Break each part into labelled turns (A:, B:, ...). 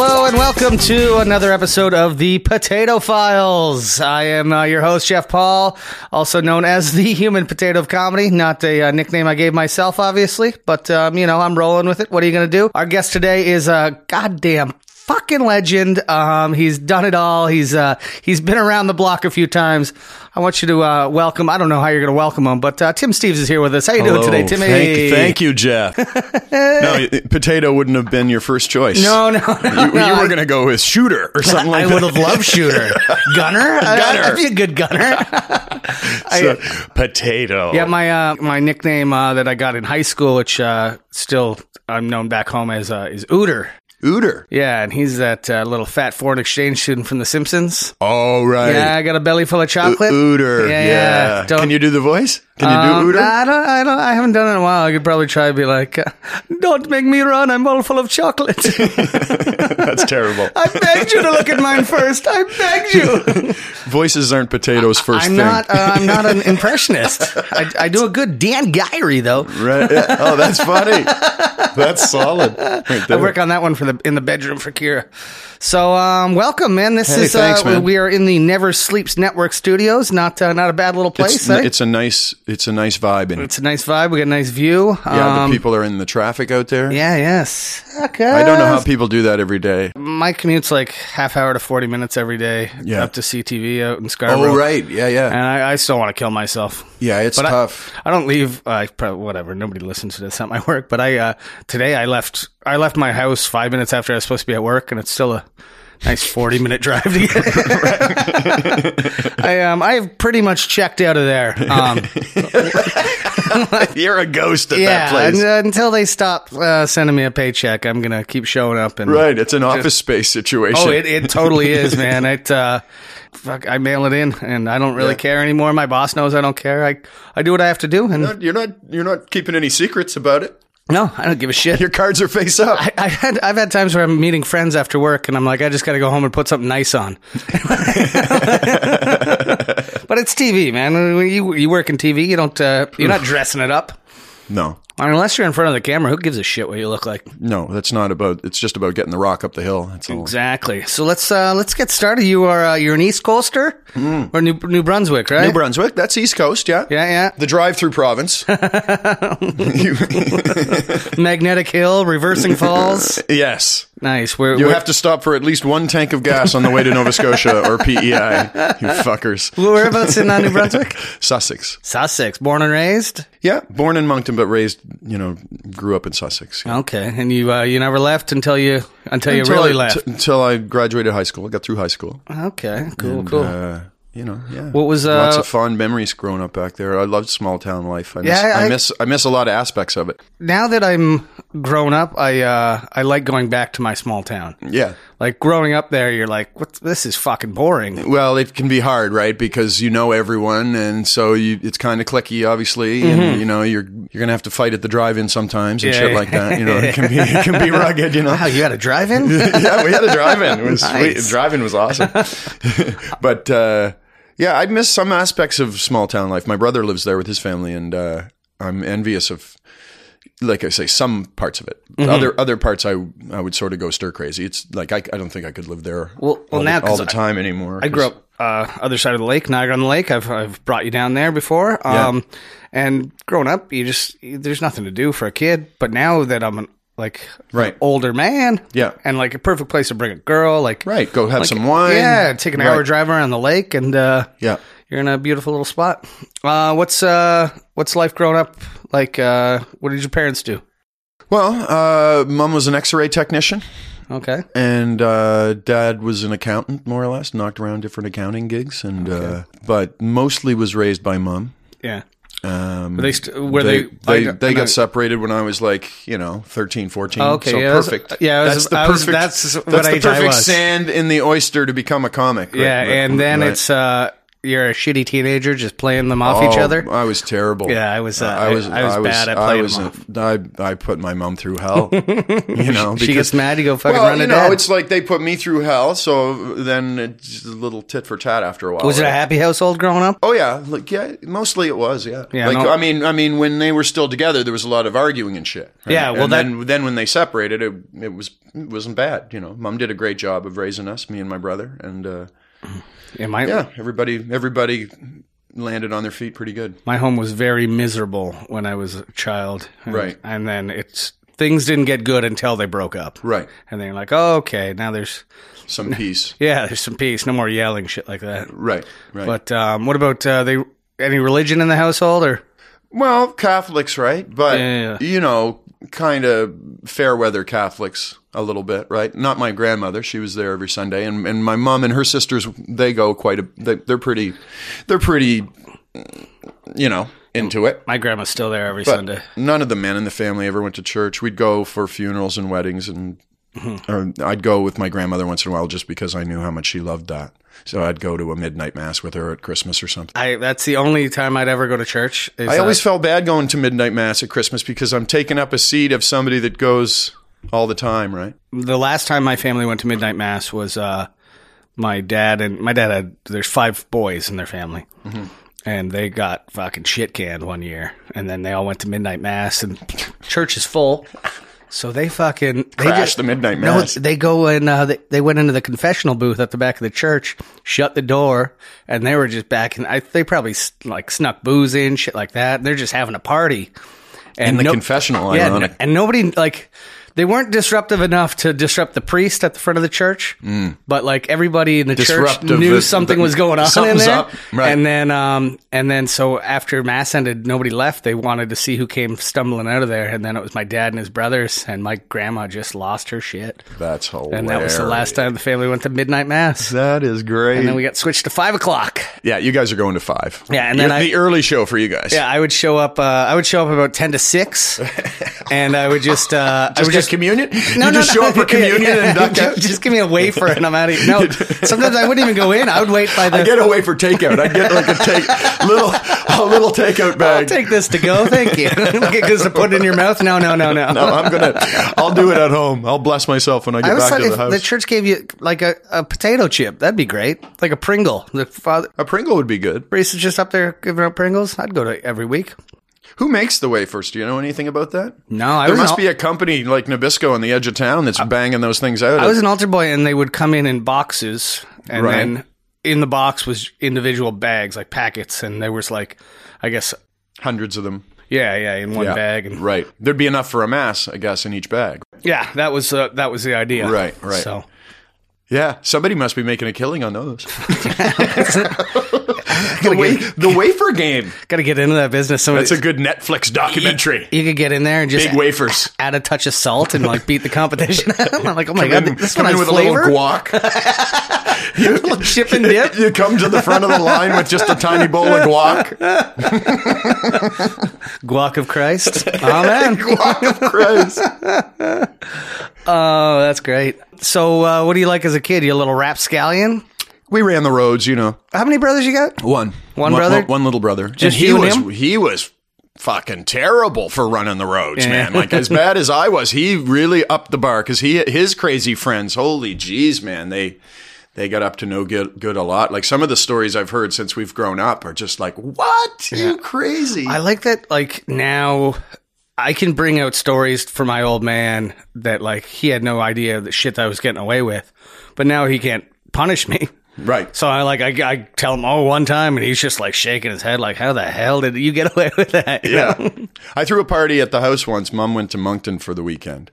A: Welcome to another episode of the Potato Files. I am uh, your host, Jeff Paul, also known as the Human Potato of Comedy. Not a uh, nickname I gave myself, obviously, but um, you know I'm rolling with it. What are you going to do? Our guest today is a goddamn fucking legend. Um, he's done it all. He's uh, he's been around the block a few times. I want you to uh, welcome. I don't know how you're going to welcome him, but uh, Tim Steves is here with us. How you doing today, Timmy?
B: Thank, thank you, Jeff. no, y- potato wouldn't have been your first choice.
A: No, no, no.
B: you,
A: no,
B: you
A: I-
B: were going to go with shooter or something like
A: I would
B: that.
A: have loved shooter. Gunner?
B: Gunner.
A: I, would be a good gunner. I-
B: So, potato.
A: yeah, my uh, my nickname uh, that I got in high school, which uh, still I'm known back home as, uh, is Ooter.
B: Ooter.
A: Yeah, and he's that uh, little fat foreign exchange student from The Simpsons.
B: All right.
A: Yeah, I got a belly full of chocolate.
B: Ooter.
A: Yeah,
B: Yeah.
A: yeah. Don't-
B: Can you do the voice? Can you
A: Um,
B: do Ooter?
A: I don't, I don't. I haven't done it in a while. I could probably try to be like, uh, "Don't make me run. I'm all full of chocolate.
B: That's terrible.
A: I begged you to look at mine first. I begged you."
B: Voices aren't potatoes 1st
A: I'm
B: thing.
A: not. Uh, I'm not an impressionist. I, I do a good Dan Gyrie though.
B: right. Yeah. Oh, that's funny. that's solid. Right
A: I
B: there.
A: work on that one for the in the bedroom for Kira. So um, welcome, man. This
B: Hey,
A: is
B: thanks,
A: uh,
B: man.
A: we are in the Never Sleeps Network Studios. Not uh, not a bad little place.
B: it's,
A: eh?
B: n- it's a nice. It's a nice vibe, and
A: It's a nice vibe. We got a nice view.
B: yeah,
A: Um,
B: the people are in the traffic out there.
A: Yeah. Yes. Oh, Okay.
B: I don't know how people do that every day.
A: my commute's like half hour to forty minutes every day.
B: Yeah.
A: Up to CTV out in Scarborough.
B: Oh, right. Yeah, yeah,
A: And I, I still want to kill myself.
B: yeah. It's
A: But I-
B: tough.
A: I don't leave. uh, I probably whatever. Nobody listens to this at my work. But I uh, today I left. I left my house five minutes after I was supposed to be at work, and it's still a nice forty minute drive to get. I um I've pretty much checked out of there. Um,
B: You're a ghost at that
A: yeah,
B: place.
A: and, uh, until they stop uh, sending me a paycheck, I'm gonna keep showing up. And
B: right. It's an office space situation.
A: oh, it, it totally is, man. It uh, fuck, I mail it in, and I don't really
B: Yeah.
A: care anymore. My boss knows I don't care. I I do what I have to do, and
B: You're not. You're not keeping any secrets about it.
A: no, I don't give a shit.
B: Your cards are face up.
A: I, I've had I've had times where I'm meeting friends after work, and I'm like, I just got to go home and put something nice on. but it's TV, man. When You you work in TV. You don't. Uh, you're not dressing it up
B: no,
A: unless you're in front of the camera. Who gives a shit what you look like?
B: no. That's not about. It's just about getting the rock up the hill. That's all.
A: Exactly. So let's uh, let's get started. You are uh, you're an East Coaster or New New Brunswick, right?
B: Mm. New Brunswick. That's East Coast. Yeah.
A: yeah,
B: The drive-through province. You-
A: yeah. Magnetic Hill, Reversing Falls.
B: yes.
A: Nice. We're,
B: You
A: we're,
B: have to stop for at least one tank of gas on the way to Nova Scotia or PEI. You fuckers.
A: whereabouts in uh, New Brunswick?
B: Sussex.
A: Sussex. Born and raised.
B: Yeah. Born in Moncton, but raised, you know, grew up in Sussex.
A: Okay, and you uh, you never left until you until, you
B: Until
A: really
B: I-
A: left.
B: t- until I graduated high school, got through high school.
A: Okay, cool, cool.
B: Uh, you know, yeah.
A: What was,
B: lots
A: uh,
B: of fond memories growing up back there. I loved small town life. I miss,
A: Yeah, I-
B: I, miss I miss a lot of aspects of it.
A: now that I'm grown up, I uh, I like going back to my small town.
B: Yeah.
A: Like growing up there, you're like, what? This is fucking boring.
B: Well, it can be hard, right? Because you know everyone, and so you, it's kind of clicky, obviously. And you know, you're you're gonna have to fight at the drive-in sometimes and
A: Mm-hmm. Yeah,
B: shit
A: yeah.
B: like that. You know, it can be it can be rugged. You know,
A: Wow, you had a drive-in?
B: yeah, we had a drive-in. It was
A: Nice.
B: sweet. Drive-in was awesome. but uh, yeah, I miss some aspects of small town life. My brother lives there with his family, and uh, I'm envious of, like I say, some parts of it.
A: Mm-hmm.
B: Other other parts, I I would sort of go stir crazy. It's like I, I don't think I could live there.
A: Well- well,
B: all
A: now,
B: the, all
A: 'cause
B: the time anymore.
A: I grew up uh, other side of the lake, Niagara on the Lake. I've I've brought you down there before. Um, and growing up, you just there's nothing to do for a kid. But now that I'm an, like
B: Right.
A: older man,
B: Yeah.
A: and like a perfect place to bring a girl, like
B: Right, go have
A: like,
B: some wine.
A: yeah, take an hour
B: Right.
A: drive around the lake, and uh,
B: Yeah.
A: you're in a beautiful little spot. Uh, what's uh, what's life growing up like? Uh, what did your parents do?
B: Well, uh, mom was an X-ray technician,
A: Okay,
B: and uh, dad was an accountant, more or less. Knocked around different accounting gigs, and uh, but mostly was raised by mom.
A: yeah.
B: Um,
A: Were they st- were
B: they
A: they I
B: they,
A: don't-
B: they
A: I
B: got
A: don't-
B: separated when I was like you know 13, 14.
A: Okay,
B: so
A: yeah, that's-
B: perfect.
A: yeah, I was-
B: that's the
A: I was-
B: perfect.
A: that's
B: that's
A: what
B: the
A: age I
B: perfect
A: was.
B: sand in the oyster to become a comic. right,
A: yeah,
B: right,
A: and then
B: right.
A: it's uh, you're a shitty teenager just playing them off each
B: Oh,
A: other.
B: I was terrible.
A: Yeah, I was, uh, I- I was bad at playing them
B: I, I put my mom through hell. you know,
A: She gets mad, you go fucking
B: well,
A: run
B: you
A: to
B: know,
A: dad.
B: it's like they put me through hell. So then it's a little tit for tat after a while.
A: was it a
B: right?
A: happy household growing up?
B: Oh yeah, like yeah, mostly it was yeah.
A: Yeah,
B: like
A: no-
B: I mean, I mean, when they were still together, there was a lot of arguing and shit. right?
A: Yeah, well,
B: and then then when they separated, it it was it wasn't bad. You know, mom did a great job of raising us, me and my brother, and uh,
A: And my
B: yeah, everybody everybody landed on their feet pretty good.
A: my home was very miserable when I was a child. And,
B: Right.
A: and then it's things didn't get good until they broke up.
B: Right,
A: And then you're like, oh, okay, now there's
B: some peace.
A: yeah, there's some peace, no more yelling shit like that.
B: Right, right.
A: But um, what about uh, they? Any religion in the household or?
B: well, Catholics, right? But
A: Yeah.
B: you know, kind of fair weather Catholics a little bit, right? Not my grandmother; she was there every Sunday, and, and my mom and her sisters they go quite a. They, they're pretty, they're pretty, you know, into it.
A: My grandma's still there every Sunday.
B: None of the men in the family ever went to church. We'd go for funerals and weddings, and
A: Mm-hmm.
B: or I'd go with my grandmother once in a while just because I knew how much she loved that. So I'd go to a midnight mass with her at Christmas or something.
A: I that's the only time I'd ever go to church. is,
B: I
A: uh,
B: always felt bad going to midnight mass at Christmas because I'm taking up a seat of somebody that goes all the time, right?
A: the last time my family went to midnight mass was uh, my dad and my dad had there's five boys in their family
B: Mm-hmm.
A: and they got fucking shit canned one year and then they all went to midnight mass and church is full so they fucking they
B: Crash the midnight
A: no,
B: mass.
A: they go and uh, they, they went into the confessional booth at the back of the church, shut the door, and they were just back. And I, they probably s- like snuck booze in, shit like that. They're just having a party. And
B: In the confessional,
A: yeah,
B: ironic.
A: n- and nobody like they weren't disruptive enough to disrupt the priest at the front of the church, but like everybody in the church
B: Mm. Disruptive
A: knew
B: is-
A: something was going on in
B: something's
A: there.
B: up, right.
A: And then, um, and then so after mass ended, nobody left. They wanted to see who came stumbling out of there, and then it was my dad and his brothers, and my grandma just lost her shit.
B: That's hilarious.
A: And that was the last time the family went to midnight mass.
B: That is great.
A: And then we got switched to five o'clock.
B: yeah, you guys are going to five.
A: Yeah, and then
B: You're-
A: I-
B: the early show for you guys.
A: Yeah, I would show up. Uh, I would show up about ten to six, and I would just. Uh, I
B: Just,
A: would
B: just communion? you just show up for communion
A: Yeah, yeah.
B: and duck out?
A: just, just give me a wafer and I'm out of here. No, sometimes I wouldn't even go in. I would wait by the.
B: I get away for takeout. I get like a take little a little takeout
A: I'll
B: bag.
A: take this to go. Thank you. Because to put in your mouth. No, no, no, no.
B: no, Oh, I'm gonna. I'll do it at home. I'll bless myself when I
A: I
B: get
A: was
B: back
A: like,
B: to the
A: if
B: house.
A: the church gave you like a, a potato chip, that'd be great. Like a Pringle. The father
B: a Pringle would be good.
A: priest is just up there giving out Pringles. I'd go to every week.
B: Who makes the wafers? Do you know anything about that?
A: No, I
B: There
A: was an
B: must
A: al-
B: be a company like Nabisco on the edge of town that's banging those things out.
A: I was an altar boy, and they would come in in boxes, and
B: Right.
A: then in the box was individual bags, like packets, and there was like, I guess,
B: hundreds of them.
A: yeah, yeah, in one
B: Yeah.
A: bag, and
B: Right. There'd be enough for a mass, I guess, in each bag.
A: yeah, that was uh, that was the idea,
B: Right, right.
A: So
B: Yeah. Somebody must be making a killing on those. the, wa- the wafer game.
A: got to get into that business. So
B: That's a good Netflix documentary.
A: you could get in there and just
B: Big wafers.
A: add a touch of salt and like beat the competition. I'm like, oh my god,
B: Come in-
A: this
B: come
A: one
B: in
A: has
B: with
A: flavor,
B: a little guac.
A: chip and dip.
B: You come to the front of the line with just a tiny bowl of guac.
A: Guac of Christ. Amen.
B: guac of Christ.
A: Oh, that's great. So, uh, what do you like as a kid? You a little rapscallion?
B: We ran the roads, you know.
A: How many brothers you got?
B: One,
A: One
B: One-
A: brother?
B: one, one little brother.
A: Just
B: And he
A: you and
B: was
A: him?
B: he was fucking terrible for running the roads,
A: Yeah.
B: man. Like as bad as I was, he really upped the bar because he his crazy friends. Holy jeez, man, they they got up to no good, good a lot. Like some of the stories I've heard since we've grown up are just like, what? You crazy?
A: I like that. Like now, I can bring out stories for my old man that like he had no idea the shit that I was getting away with, but now he can't punish me.
B: right.
A: So I like I, I tell him oh one time and he's just like shaking his head like how the hell did you get away with that? You know?
B: Yeah. I threw a party at the house once. Mom went to Moncton for the weekend.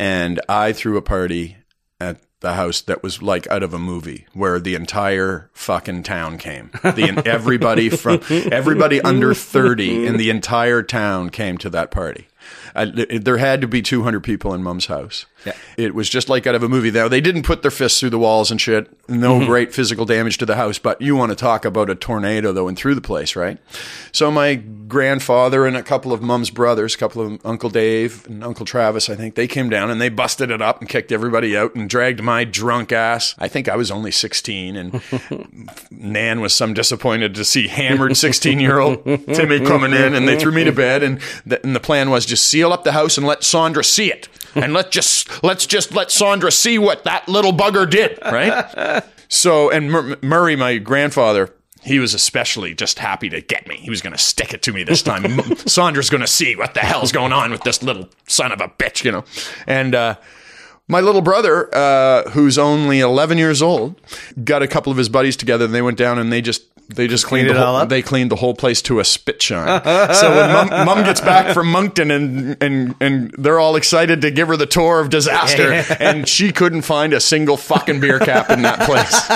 B: And I threw a party at the house that was like out of a movie where the entire fucking town came. The everybody from everybody under 30 in the entire town came to that party. I, there had to be 200 people in Mum's house. Yeah. It was just like out of a movie. Now, they didn't put their fists through the walls and shit. No great physical damage to the house, but you want to talk about a tornado that went through the place, right? So my grandfather and a couple of Mum's brothers, a couple of Uncle Dave and Uncle Travis, I think, they came down and they busted it up and kicked everybody out and dragged my drunk ass. I think I was only 16 and Nan was some disappointed to see hammered 16 year old Timmy coming in and they threw me to bed and the, and the plan was just seal up the house and let Sandra see it and let just let's just let Sandra see what that little bugger did right so and Mur- Murray my grandfather he was especially just happy to get me. He was going to stick it to me this time. M- Sandra's going to see what the hell's going on with this little son of a bitch, you know. And uh, my little brother, uh, who's only 11 years old, got a couple of his buddies together, and they went down and they just they just cleaned,
A: it
B: the
A: all
B: whole,
A: up?
B: they cleaned the whole place to a spit shine. so when mom, mom gets back from Moncton and and and they're all excited to give her the tour of disaster, and she couldn't find a single fucking beer cap in that place.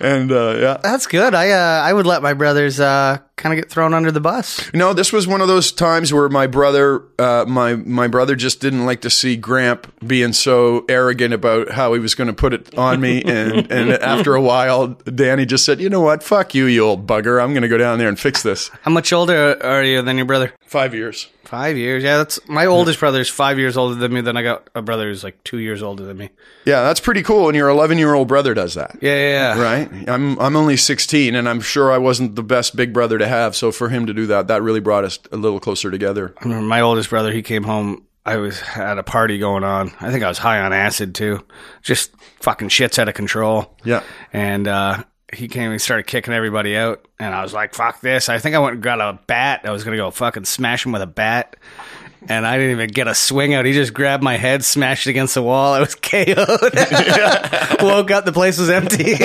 B: and uh, yeah,
A: That's good. I uh, I would let my brothers uh, kind of get thrown under the bus.
B: No, this was one of those times where my brother, uh, my my brother just didn't like to see Gramp being so arrogant about how he was going to put it on me, and and after a while, Danny just said, "You know what? Fuck you, you old bugger. I'm going to go down there and fix this."
A: How much older are you than your brother?
B: Five years.
A: Five years. Yeah, that's my oldest brother's five years older than me. Then I got a brother who's like two years older than me.
B: Yeah, that's pretty cool. And your 11 year old brother does that.
A: Yeah, yeah, yeah.
B: Right? I'm I'm only 16 and I'm sure I wasn't the best big brother to have, so for him to do that, that really brought us a little closer together.
A: I remember my oldest brother. He came home. I was at a party going on. I think I was high on acid too. Just fucking shit's out of control.
B: Yeah.
A: And uh, he came and started kicking everybody out. And I was like, fuck this. I think I went and got a bat. I was going to go fucking smash him with a bat. And I didn't even get a swing out. He just grabbed my head, smashed it against the wall. I was KO'd. Woke up, the place was empty.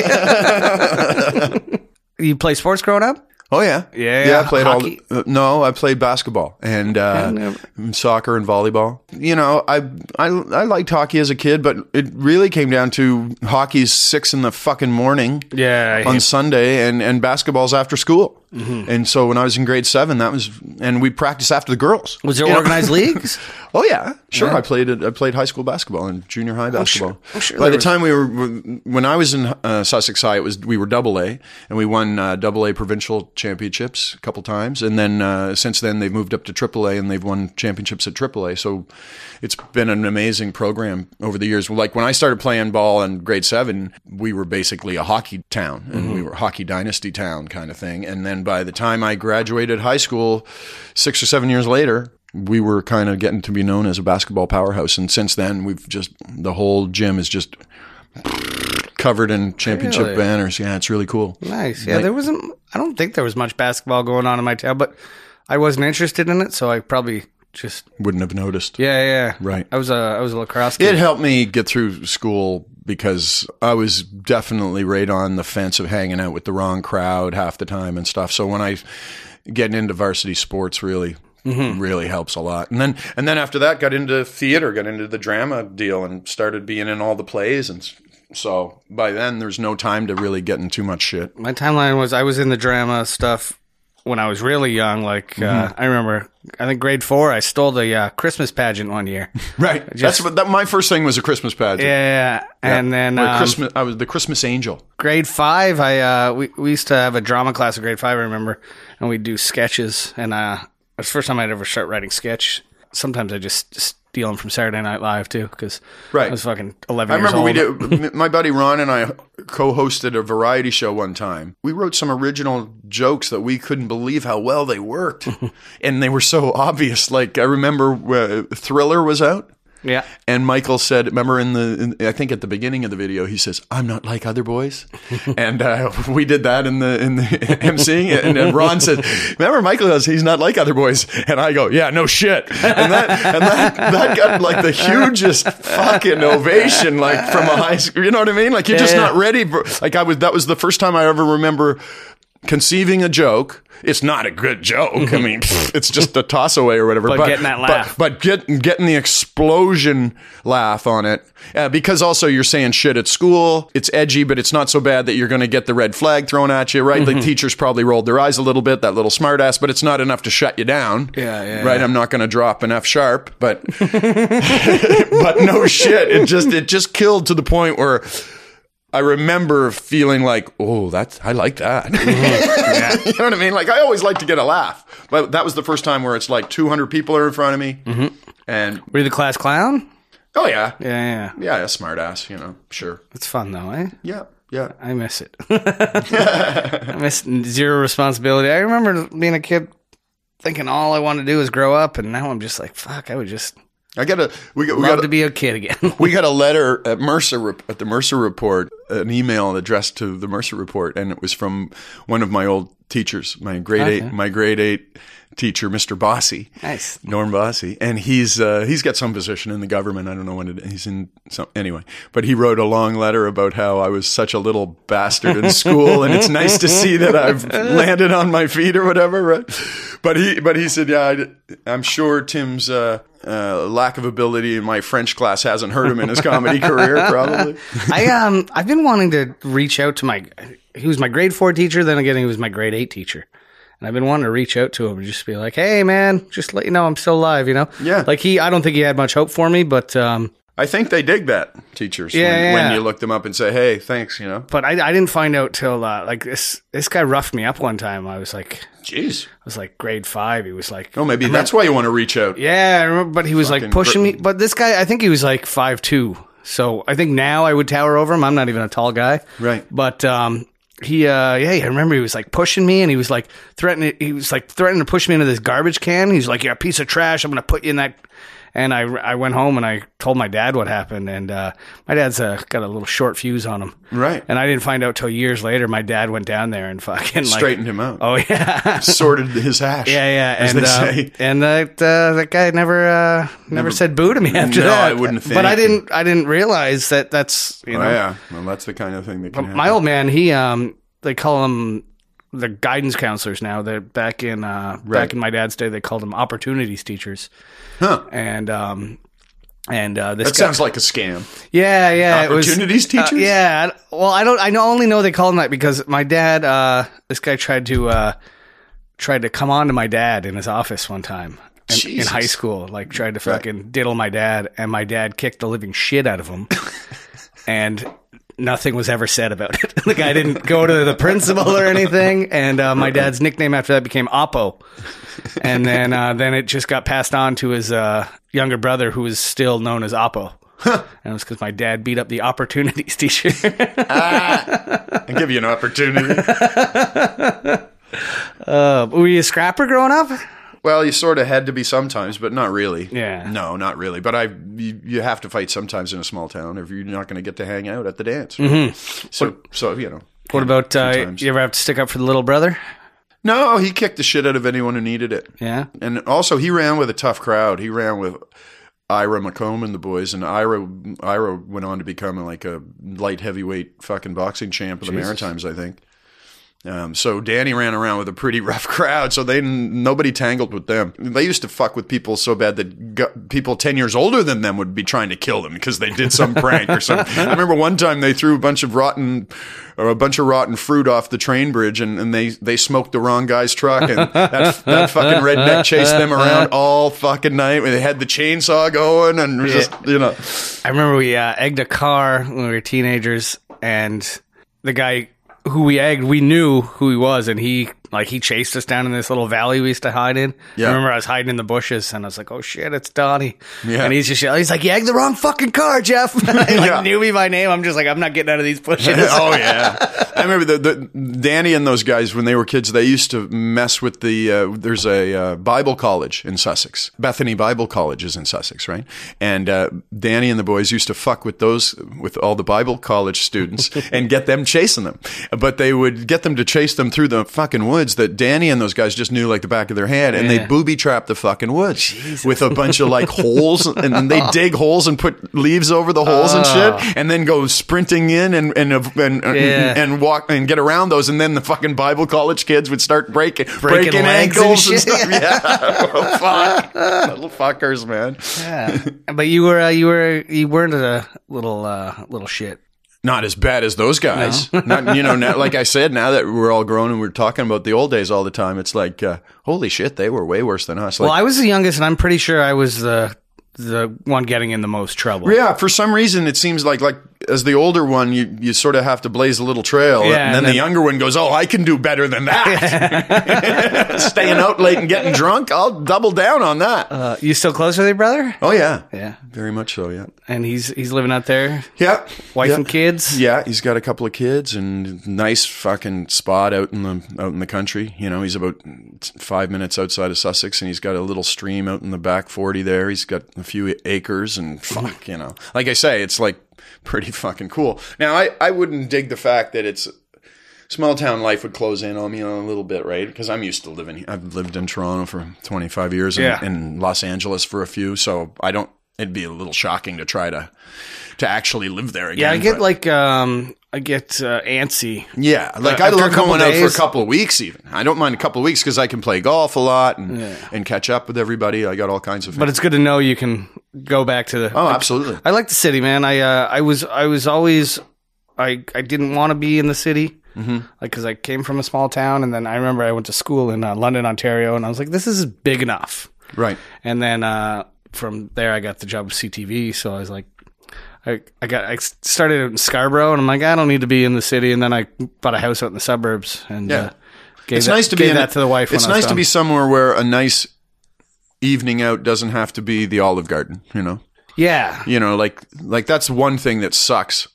A: you play sports growing up?
B: Oh yeah,
A: Yeah,
B: yeah. I played
A: hockey.
B: all. uh, no, I played basketball and uh, soccer and volleyball. You know, I, I I liked hockey as a kid, but it really came down to hockey's six in the fucking morning
A: Yeah.
B: on Sunday, and and basketball's after school.
A: Mm-hmm.
B: And so when I was in grade seven, that was and we practiced after the girls.
A: was there
B: You know?
A: organized leagues?
B: Oh yeah, sure. I played it- I played high school basketball and junior high basketball.
A: I'm Oh, sure
B: By
A: there
B: the
A: was-
B: time we were when I was in uh, Sussex High, it was we were double A and we won uh, double A provincial championships a couple times, and then uh, since then they've moved up to triple A and they've won championships at triple A. So it's been an amazing program over the years. Like when I started playing ball in grade seven, we were basically a hockey town and
A: Mm-hmm.
B: we were a hockey dynasty town kind of thing. And then by the time I graduated high school, six or seven years later we were kind of getting to be known as a basketball powerhouse. And since then, we've just the whole gym is just covered in championship
A: Really?
B: banners. Yeah, it's really cool.
A: Nice. Yeah, there wasn't. I don't think there was much basketball going on in my town, but I wasn't interested in it, so I probably just
B: Wouldn't have noticed.
A: yeah, yeah.
B: Right.
A: I was a I was a lacrosse
B: It
A: kid.
B: helped me get through school because I was definitely right on the fence of hanging out with the wrong crowd half the time and stuff. So when I getting into varsity sports really
A: Mm-hmm.
B: really helps a lot. And then and then after that got into theater, got into the drama deal and started being in all the plays and s- so by then there's no time to really get in too much shit.
A: my timeline was I was in the drama stuff when I was really young. Like uh,
B: Mm-hmm.
A: I remember, I think grade four, I stole the uh, Christmas pageant one year.
B: Right. That's what that my first thing was a Christmas pageant.
A: yeah, and then
B: Or
A: um,
B: Christmas I was the Christmas angel.
A: grade five, I uh, we we used to have a drama class in grade five. I remember, and we'd do sketches. And uh, it was the first time I'd ever start writing sketch. Sometimes I just steal them from Saturday Night Live too, because
B: Right.
A: I was fucking eleven.
B: I remember we
A: years old.
B: did. m- my buddy Ron and I co-hosted a variety show one time. We wrote some original jokes that we couldn't believe how well they worked, and they were so obvious. Like I remember uh, Thriller was out,
A: Yeah,
B: and Michael said, "Remember in the in, I think at the beginning of the video, he says I'm not like other boys," and uh, we did that in the in the emceeing it. And then Ron said, "Remember Michael says he's not like other boys," and I go, "Yeah, no shit," and that and that, that got like the hugest fucking ovation, like from a high school. You know what I mean? Like you're just
A: Yeah.
B: not ready. For, like I was. That was the first time I ever remember conceiving a joke. It's not a good joke. I mean, pfft, it's just a toss away or whatever. But,
C: Mm-hmm. getting that
B: but-
C: laugh.
B: but, get, getting the explosion laugh on it, uh, because also you're saying shit at school. It's edgy, but it's not so bad that you're going to get the red flag thrown at you, right?
A: Mm-hmm.
B: The teachers probably rolled their eyes a little bit, that little smartass, but it's not enough to shut you down.
A: Yeah, yeah,
B: Right? I'm not going to drop an F sharp, but but no shit. It just it just killed to the point where. I remember feeling like, oh, that's I like that.
A: Mm-hmm.
B: you know what I mean? Like I always like to get a laugh, but that was the first time where it's like 200 people are in front of me,
A: Mm-hmm.
B: and
A: Were you the class clown?
B: oh yeah, yeah,
A: Yeah, yeah.
B: yeah smart ass, you know, sure,
A: It's fun though, eh?
B: yeah, yeah.
A: I miss it. I miss zero responsibility. I remember being a kid thinking all I wanted to do was grow up, and now I'm just like, fuck, I would just
B: I got a we got we
A: love
B: got
A: to be a kid again.
B: we got a letter at Mercer Rep- at the Mercer report, an email addressed to the Mercer report, and it was from one of my old teachers, my grade eight, my grade eight teacher, Mr. Bossy.
A: nice.
B: Norm Bossy, and he's uh, he's got some position in the government. I don't know when it, he's in. Some, anyway, but he wrote a long letter about how I was such a little bastard in school, and it's nice to see that I've landed on my feet or whatever. Right? But he but he said, yeah, I, am sure Tim's uh, uh, lack of ability in my French class hasn't hurt him in his comedy career, probably.
A: I um, I've been wanting to reach out to my. He was my grade four teacher. Then again, he was my grade eight teacher. And I've been wanting to reach out to him and just be like, "Hey, man, just let you know I'm still alive." You know,
B: Yeah.
A: Like he, I don't think he had much hope for me, but um,
B: I think they dig that teachers
A: Yeah,
B: when,
A: yeah.
B: when you look them up and say, hey, thanks, you know.
A: but I, I didn't find out till uh, like this. This guy roughed me up one time. I was like,
B: Jeez.
A: I was like grade five. He was like,
B: Oh, maybe that's why you want to reach out.
A: Yeah, I remember, but he was like
B: Fucking
A: pushing me. But this guy, I think he was like five two. So I think now I would tower over him. I'm not even a tall guy,
B: Right.
A: But um, he, uh, yeah, I remember he was like pushing me, and he was like threatening. He was like threatening to push me into this garbage can. He's like, "You're a piece of trash. I'm gonna put you in that." And I, I went home and I told my dad what happened, and uh, my dad's uh, got a little short fuse on him,
B: Right.
A: And I didn't find out till years later. My dad went down there and fucking like,
B: Straightened him out.
A: Oh yeah,
B: sorted his hash.
A: Yeah, yeah,
B: as
A: and uh,
B: they say.
A: and that uh, that guy never uh, never, said boo to me after
B: No,
A: that.
B: I wouldn't have
A: But I
B: anything.
A: didn't I didn't realize that that's you know
B: Oh, yeah, well, that's the kind of thing that can happen.
A: my old man. He um they call him the guidance counselors now. They're back in uh, back
B: Right.
A: in my dad's day. They called them opportunities teachers.
B: Huh.
A: And um and uh, this
B: that
A: guy,
B: sounds like a scam.
A: yeah, yeah. it was-
B: Opportunities teachers?
A: Uh, yeah. Well, I don't. I know, only know they call him that because my dad. Uh, this guy tried to uh, tried to come on to my dad in his office one time in, in
B: Jesus.
A: high school. Like tried to fucking diddle my dad, and my dad kicked the living shit out of him. and nothing was ever said about it. the guy didn't go to the principal or anything. And uh, my dad's nickname after that became Oppo. And then uh, then it just got passed on to his uh, younger brother, who is still known as Oppo. And it was because my dad beat up the opportunities teacher.
B: Ah. I give you an opportunity.
A: uh, were you a scrapper growing up?
B: well, you sort of had to be sometimes, but not really.
A: Yeah.
B: No, not really. But I, you, you have to fight sometimes in a small town if you're not going to get to hang out at the dance.
A: Mm-hmm.
B: So, so you know.
A: What about uh,
B: Sometimes.
A: you ever have to stick up for the little brother?
B: No, he kicked the shit out of anyone who needed it.
A: Yeah.
B: And also, he ran with a tough crowd. He ran with Ira McComb and the boys, and Ira Ira went on to become like a light heavyweight fucking boxing champ of the Maritimes, I think. Um, so Danny ran around with a pretty rough crowd, so they nobody tangled with them. They used to fuck with people so bad that gu people ten years older than them would be trying to kill them because they did some prank or something. I remember one time they threw a bunch of rotten or a bunch of rotten fruit off the train bridge, and, and they they smoked the wrong guy's truck, and that, that fucking redneck chased them around all fucking night. They had the chainsaw going, and was just you know,
A: I remember we uh, egged a car when we were teenagers, and the guy who we egged, we knew who he was, and he like he chased us down in this little valley we used to hide in.
B: Yeah.
A: I remember I was hiding in the bushes, and I was like, "Oh shit, it's Donnie!"
B: Yeah.
A: And he's just yelling- he's like, "You egged the wrong fucking car, Jeff." he like
B: Yeah.
A: knew me by name. I'm just like, I'm not getting out of these bushes.
B: oh yeah, I remember the, the Danny and those guys when they were kids. They used to mess with the. Uh, there's a uh, Bible college in Sussex. Bethany Bible College is in Sussex, right? And uh, Danny and the boys used to fuck with those with all the Bible college students and get them chasing them. But they would get them to chase them through the fucking woods woods that Danny and those guys just knew like the back of their hand, and they booby trap the fucking woods with a bunch of like holes, and then they dig holes and put leaves over the holes and shit, and then go sprinting in and and and, and,
A: Yeah.
B: and walk and get around those, and then the fucking Bible college kids would start breaking breaking,
A: Breaking legs and
B: ankles and,
A: shit.
B: stuff. Yeah, Well, fuck. little fuckers, man.
A: Yeah. but you were uh, you were you weren't a little uh, little shit.
B: not as bad as those guys. not you know, now, like I said, now that we're all grown and we're talking about the old days all the time, it's like, uh, holy shit, they were way worse than us. Like,
A: Well, I was the youngest, and I'm pretty sure I was the the one getting in the most trouble.
B: yeah, for some reason, it seems like like as the older one, you you sort of have to blaze a little trail, and,
A: Yeah,
B: then
A: and
B: the
A: then-
B: younger one goes, oh, I can do better than that. Staying out late and getting drunk, I'll double down on that.
A: Uh, you still close with your brother?
B: oh yeah,
A: Yeah.
B: very much so. Yeah,
A: And he's he's living out there,
B: yeah.
A: wife
B: yeah.
A: and kids.
B: Yeah, he's got a couple of kids and nice fucking spot out in the out in the country. You know, he's about five minutes outside of Sussex, and he's got a little stream out in the back forty there. He's got a few acres,
A: Mhm.
B: and fuck, you know, like I say, it's like pretty fucking cool. Now, I I wouldn't dig the fact that it's small town life would close in on me a little bit, right? Because I'm used to living. I've lived in Toronto for 25 years and,
A: Yeah.
B: and Los Angeles for a few, so I don't. It'd be a little shocking to try to to actually live there again.
A: Yeah, I
B: but-
A: get like um, I get uh, antsy.
B: yeah, like
A: After
B: I
A: a
B: love
A: couple
B: going out for
A: days.
B: a couple of weeks. Even I don't mind a couple of weeks because I can play golf a lot and and catch up with everybody. I got all kinds of.
A: But it's good to know you can go back to the.
B: oh, absolutely.
A: I like the city, man. I uh, I was I was always I I didn't want to be in the city, mm-hmm. like because I came from a small town, and then I remember I went to school in uh, London, Ontario, and I was like, this is big enough.
B: Right.
A: And then uh, from there, I got the job with CTV. So I was like, I, I got I started out in Scarborough, and I'm like, I don't need to be in the city. And then I bought a house out in the suburbs, and
B: Yeah.
A: uh, gave
B: It's
A: that,
B: nice to be
A: gave
B: in
A: that
B: a-
A: to the wife. when
B: It's
A: I was
B: nice to
A: done.
B: be somewhere where a nice evening out doesn't have to be the Olive Garden. You know.
A: yeah,
B: You know, like like that's one thing that sucks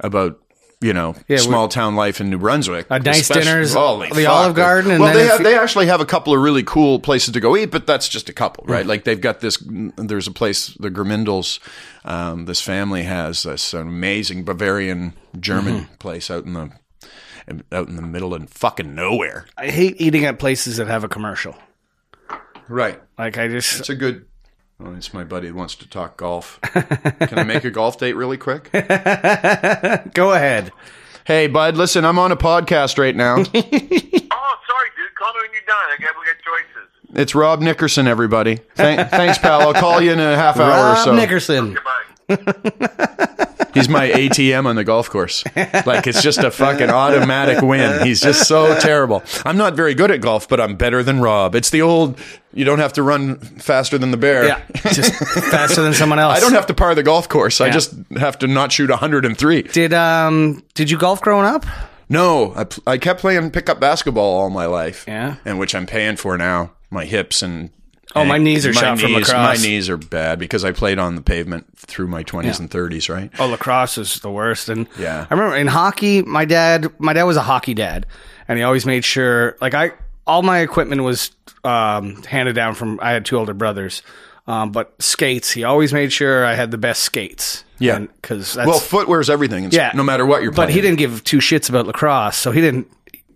B: about. You know,
A: we-
B: small town life in New Brunswick.
A: A nice
B: especially-
A: dinner's-
B: holy
A: the
B: fuck.
A: Olive Garden, and
B: well,
A: then
B: they
A: if
B: have,
A: you-
B: they actually have a couple of really cool places to go eat, but that's just a couple, right?
A: Mm.
B: Like they've got this. There's a place the Grimindels, um, this family has this amazing Bavarian German
A: Mm-hmm.
B: place out in the out in the middle and fucking nowhere.
A: I hate eating at places that have a commercial.
B: Right.
A: Like I just
B: It's a good. Oh, it's my buddy that wants to talk golf. Can I make a golf date really quick?
A: go ahead.
B: Hey, bud, listen, I'm on a podcast right now.
C: Oh, sorry, dude. Call me when you're done. I got we got choices.
B: It's Rob Nickerson, everybody. Thank, thanks, pal. I'll call you in a half hour
A: Rob
B: or so.
A: Nickerson.
C: Goodbye.
B: He's my ATM on the golf course. Like it's just a fucking automatic win. He's just so terrible. I'm not very good at golf, but I'm better than Rob. It's the old you don't have to run faster than the bear.
A: Yeah, just faster than someone else.
B: I don't have to par the golf course. I
A: Yeah.
B: just have to not shoot 103.
A: Did um did you golf growing up?
B: No, I, pl- I kept playing pickup basketball all my life.
A: Yeah.
B: And which I'm paying for now. My hips and.
A: Oh, my knees are shot from
B: knees-
A: lacrosse.
B: My knees are bad because I played on the pavement through my 20s and 30s, right?
A: Oh, lacrosse is the worst. And
B: Yeah.
A: I remember in hockey, my dad, my dad was a hockey dad, and he always made sure, like I, all my equipment was um, handed down from. I had two older brothers, um, but skates. He always made sure I had the best skates.
B: Yeah.
A: because that's
B: Well, footwear's everything. It's-
A: yeah,
B: No matter what you're playing.
A: But he didn't give two shits about lacrosse, so he didn't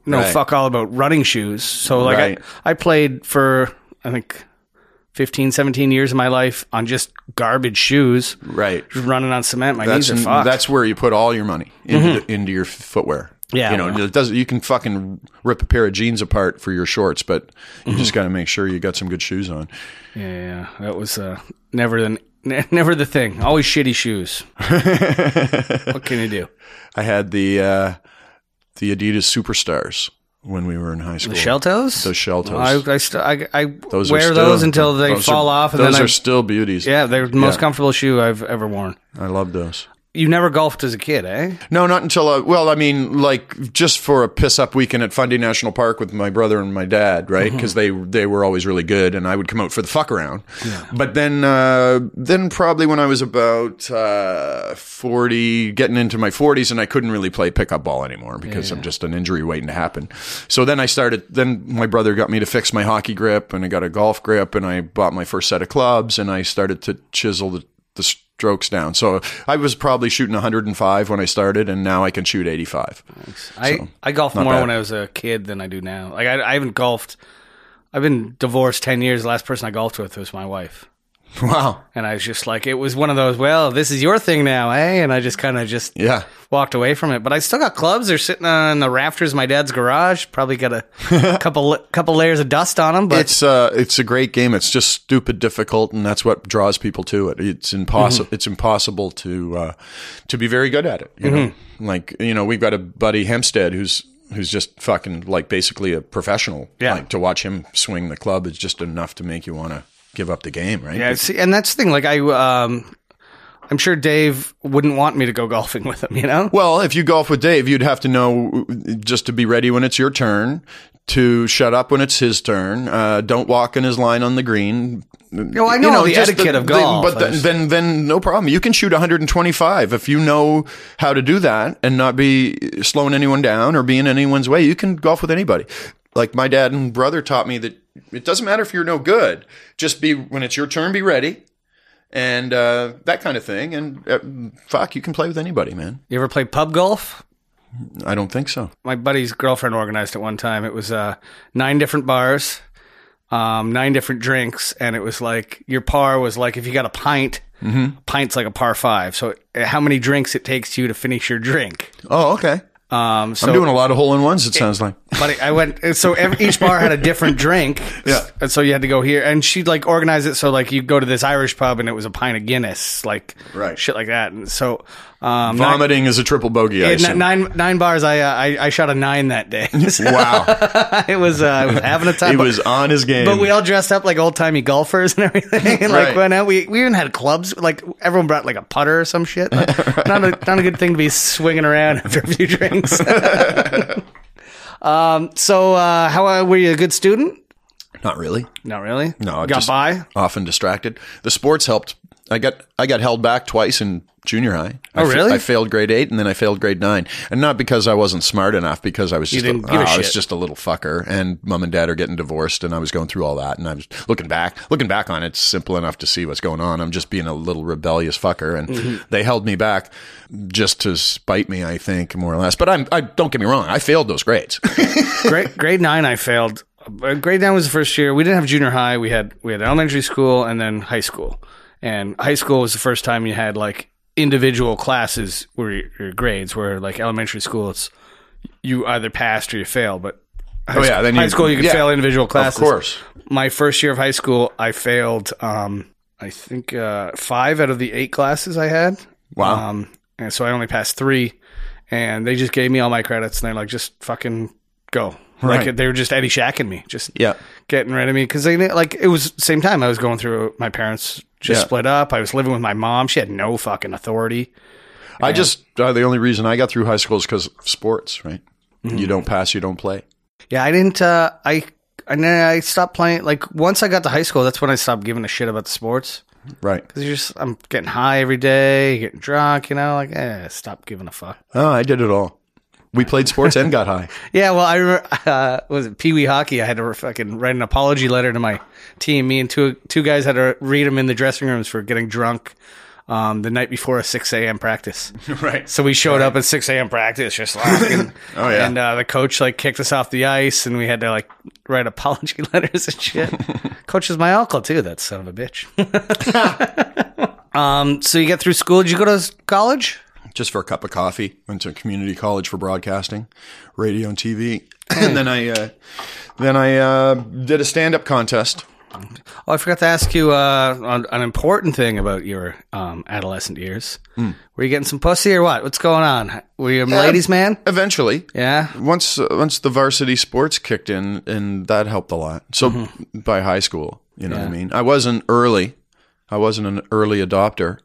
A: know
B: Right.
A: fuck all about running shoes. So like
B: Right.
A: I, I played for I think 15, 17 years of my life on just garbage shoes.
B: Right.
A: Just running on cement, my knees
B: That's,
A: are fucked. Mm-hmm.
B: that's where you put all your money into, into your footwear.
A: Yeah.
B: You know, it does, you can fucking rip a pair of jeans apart for your shorts, but
A: Mm-hmm.
B: you just got to make sure you got some good shoes on.
A: Yeah, that was uh, never the ne- never the thing. Always shitty shoes. what can you do?
B: I had the uh, the Adidas Superstars when we were in high school.
A: Shell toes.
B: Those shell toes.
A: I I, st- I, I
B: Those are
A: wear
B: still-
A: those until they
B: those
A: fall
B: are-
A: off, and
B: those
A: then
B: are
A: I,
B: still beauties.
A: yeah, they're the most comfortable shoe I've ever worn.
B: I love those.
A: You never golfed as a kid, eh?
B: No, not until I, well, I mean, like just for a piss up weekend at Fundy National Park with my brother and my dad, right? Because they they were always really good, and I would come out for the fuck around. But then, uh, then probably when I was about uh, forty, getting into my forties, and I couldn't really play pickup ball anymore because I'm just an injury waiting to happen. So then I started. Then my brother got me to fix my hockey grip, and I got a golf grip, and I bought my first set of clubs, and I started to chisel the the strokes down. So I was probably shooting 105 when I started, and now I can shoot 85.
A: I,
B: So,
A: I golfed
B: not
A: more
B: bad.
A: when I was a kid than I do now. Like I, I haven't golfed. I've been divorced ten years. The last person I golfed with was my wife,
B: Wow.
A: and I was just like, it was one of those. Well, this is your thing now, eh? And I just kind of just
B: Yeah.
A: walked away from it. But I still got clubs. They're sitting on the rafters of my dad's garage. Probably got a couple couple layers of dust on them. But
B: It's uh, it's a great game. It's just stupid difficult, and that's what draws people to it. It's impossible.
A: Mm-hmm.
B: It's impossible to uh, to be very good at it. You
A: Mm-hmm.
B: know, like you know, we've got a buddy Hempstead who's who's just fucking like basically a professional.
A: Yeah.
B: Like to watch him swing the club is just enough to make you want to give up the game, right?
A: Yeah, see, and that's the thing. Like I, um, I'm sure Dave wouldn't want me to go golfing with him. You know,
B: Well, if you golf with Dave, you'd have to know just to be ready when it's your turn, to shut up when it's his turn, uh, don't walk in his line on the green.
A: know, I know all the
B: just
A: etiquette of golf.
B: but
A: I
B: then,
A: just-
B: then, then no problem. You can shoot 125 if you know how to do that and not be slowing anyone down or be in anyone's way. You can golf with anybody. Like my dad and brother taught me that it doesn't matter if you're no good. Just be when it's your turn, be ready. And uh, that kind of thing. And uh, fuck, you can play with anybody, man.
A: you ever play pub golf?
B: I don't think so.
A: My buddy's girlfriend organized it one time. It was uh, nine different bars, um, nine different drinks, and it was like your par was like if you got a pint, a
B: Mm-hmm.
A: pint's like a par five. So uh, how many drinks it takes you to finish your drink?
B: Oh, okay.
A: Um, so
B: I'm doing a lot of hole in ones. It sounds like.
A: But I went. So every, each bar had a different drink.
B: Yeah.
A: And so you had to go here, and she'd like organize it so like you go to this Irish pub and it was a pint of Guinness, like
B: Right.
A: shit like that. And so um, nine,
B: Vomiting is a triple bogey. I
A: yeah,
B: assume.
A: ni- nine nine bars. I, uh, I I shot a nine that day. So
B: wow,
A: it was uh, I was having a time.
B: he
A: but-
B: was on his game.
A: but we all dressed up like old timey golfers and everything. and like
B: Right.
A: went out. We we even had clubs. Like everyone brought like a putter or some shit. Like, not a not a good thing to be swinging around after a few drinks. um. So uh, how uh, were you a good student?
B: Not really.
A: Not really.
B: No, I
A: got
B: just-
A: by.
B: Often distracted. The sports helped. I got I got held back twice in junior high.
A: Oh,
B: I fa-
A: really?
B: I failed grade eight and then I failed grade nine, and not because I wasn't smart enough, because I was just
A: didn't
B: a, ah,
A: give a
B: I was
A: shit.
B: just a little fucker, and mom and dad are getting divorced, and I was going through all that, and I was looking back, looking back on it, it's simple enough to see what's going on. I'm just being a little rebellious fucker, and
A: Mm-hmm.
B: they held me back just to spite me, I think, more or less. But I'm I don't get me wrong, I failed those grades.
A: grade grade nine, I failed. Uh, Grade nine was the first year we didn't have junior high. We had we had elementary school and then high school. And high school was the first time you had like individual classes where your, your grades were like elementary school. It's you either passed or you fail, but high
B: Oh, yeah,
A: school,
B: then
A: high
B: you-
A: school you could
B: yeah,
A: fail individual classes.
B: of course.
A: my first year of high school, I failed. Um, I think uh, five out of the eight classes I had.
B: Wow.
A: Um, and so I only passed three, and they just gave me all my credits, and they're like, just fucking go. Like
B: Right.
A: they were just Eddie Shacking me, just
B: Yeah.
A: getting rid of me because they knew- like it was same time I was going through. My parents just
B: Yeah.
A: split up. I was living with my mom. She had no fucking authority.
B: I just uh, the only reason I got through high school is because sports, right? You don't pass, you don't play.
A: Yeah, I didn't. Uh, I and then I stopped playing. Like once I got to high school, that's when I stopped giving a shit about the sports.
B: Right.
A: Cause you're just, I'm getting high every day, getting drunk, you know, like, eh, stop giving a fuck.
B: Oh, I did it all. We played sports and got high.
A: Yeah, well, I remember, uh, was it Pee Wee Hockey? I had to fucking write an apology letter to my team. Me and two two guys had to read them in the dressing rooms for getting drunk um, the night before a 6 a.m. practice.
B: Right.
A: So we showed up at 6 a.m. practice, just laughing.
B: Oh, yeah.
A: And uh, the coach, like, kicked us off the ice, and we had to, like, write apology letters and shit. coach is my uncle, too, that son of a bitch. um, so you get through school. Did you go to s- college?
B: Just for a cup of coffee. Went to community college for broadcasting, radio and TV, and then I uh, then I uh, did a stand up contest.
A: Oh, I forgot to ask you uh, an, an important thing about your um, adolescent years.
B: Hmm.
A: Were you getting some pussy or what? What's going on? Were you a ladies' man?
B: Eventually,
A: Yeah.
B: once uh, once the varsity sports kicked in, and that helped a lot. So by high school, you know what I mean. I wasn't early. I wasn't an early adopter,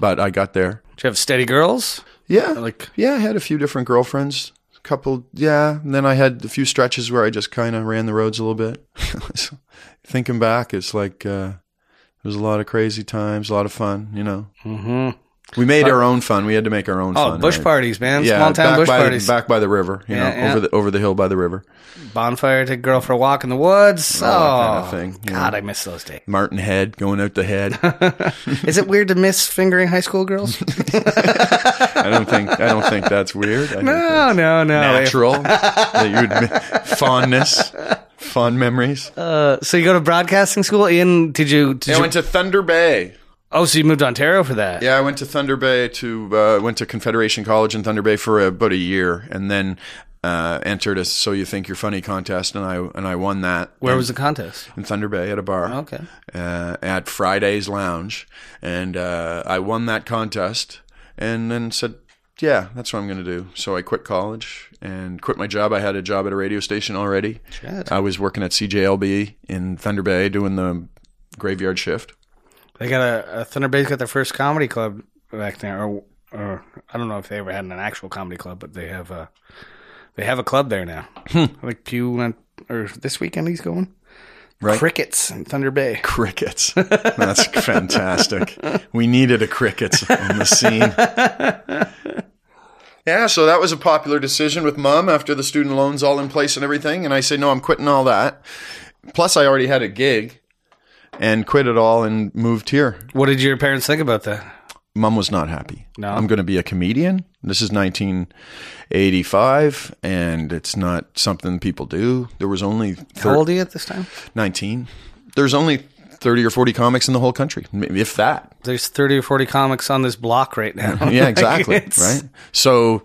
B: but I got there.
A: Did you have steady girls?
B: Yeah.
A: Like-
B: yeah, I had a few different girlfriends. A couple, yeah. And then I had a few stretches where I just kind of ran the roads a little bit. So, Thinking back, it's like uh, it was a lot of crazy times, a lot of fun, you know. Mm-hmm. We made our own fun. We had to make our own
A: Oh,
B: fun.
A: bush
B: right?
A: parties, man.
B: Yeah,
A: Small town
B: back
A: bush
B: by,
A: parties.
B: back by the river, you
A: Yeah,
B: know,
A: yeah.
B: over the over the hill by the river.
A: Bonfire, take girl for a walk in the woods.
B: All
A: oh,
B: that kind of thing, you
A: God,
B: know.
A: I miss those days.
B: Martin Head going out the head. I
A: Is it weird to miss fingering high school girls?
B: don't think I don't think that's weird. I think
A: no, no, no.
B: natural that you would mi- fondness, fond memories.
A: Uh, so you go to broadcasting school in? Did you? Did
B: I
A: you
B: went to Thunder Bay.
A: oh, so you moved to Ontario for that?
B: Yeah, I went to Thunder Bay to uh, went to Confederation College in Thunder Bay for about a year, and then uh, entered a "So You Think You're Funny" contest, and I and I won that.
A: Where was the contest?
B: in Thunder Bay at a bar.
A: Okay.
B: Uh, at Friday's Lounge, and uh, I won that contest, and then said, "Yeah, that's what I'm going to do." So I quit college and quit my job. I had a job at a radio station already. I was working at CJLB in Thunder Bay doing the graveyard shift.
A: They got a, a Thunder Bay's got their first comedy club back there, or, or I don't know if they ever had an actual comedy club, but they have a they have a club there now. I think Pew went, or this weekend he's going.
B: Right.
A: Crickets in Thunder Bay.
B: Crickets. That's fantastic. We needed a crickets on the scene. Yeah, so that was a popular decision with mom after the student loans all in place and everything. And I said, no, I'm quitting all that. Plus, I already had a gig and quit it all and moved here.
A: What did your parents think about that?
B: Mom was not happy.
A: No.
B: I'm going to be a comedian. This is 1985, and it's not something people do. There was only
A: How old are you at this time?
B: 19. There's only 30 or 40 comics in the whole country, if that.
A: There's 30 or 40 comics on this block right now.
B: yeah
A: Like,
B: exactly
A: it's-
B: right so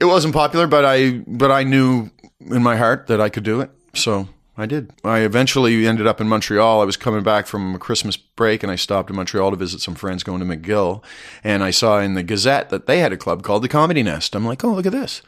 B: it wasn't popular but i but i knew in my heart that i could do it so i did i eventually ended up in montreal i was coming back from a christmas break and i stopped in montreal to visit some friends going to mcgill and i saw in the gazette that they had a club called the comedy nest i'm like oh look at this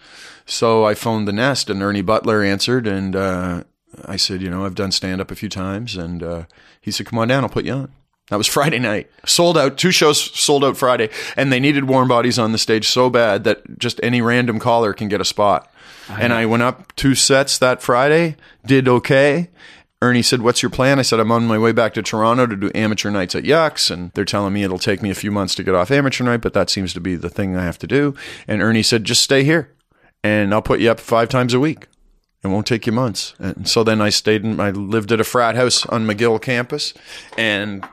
B: so i phoned the nest and ernie butler answered and uh, i said you know i've done stand up a few times and uh, he said come on down i'll put you on that was Friday night. Sold out. Two shows sold out Friday. And they needed warm bodies on the stage so bad that just any random caller can get a spot. and I went up two sets that Friday, did okay. Ernie said, What's your plan? I said, I'm on my way back to Toronto to do amateur nights at Yucks. And they're telling me it'll take me a few months to get off amateur night, but that seems to be the thing I have to do. And Ernie said, Just stay here and I'll put you up five times a week. It won't take you months. And so then I stayed in, I lived at a frat house on McGill campus and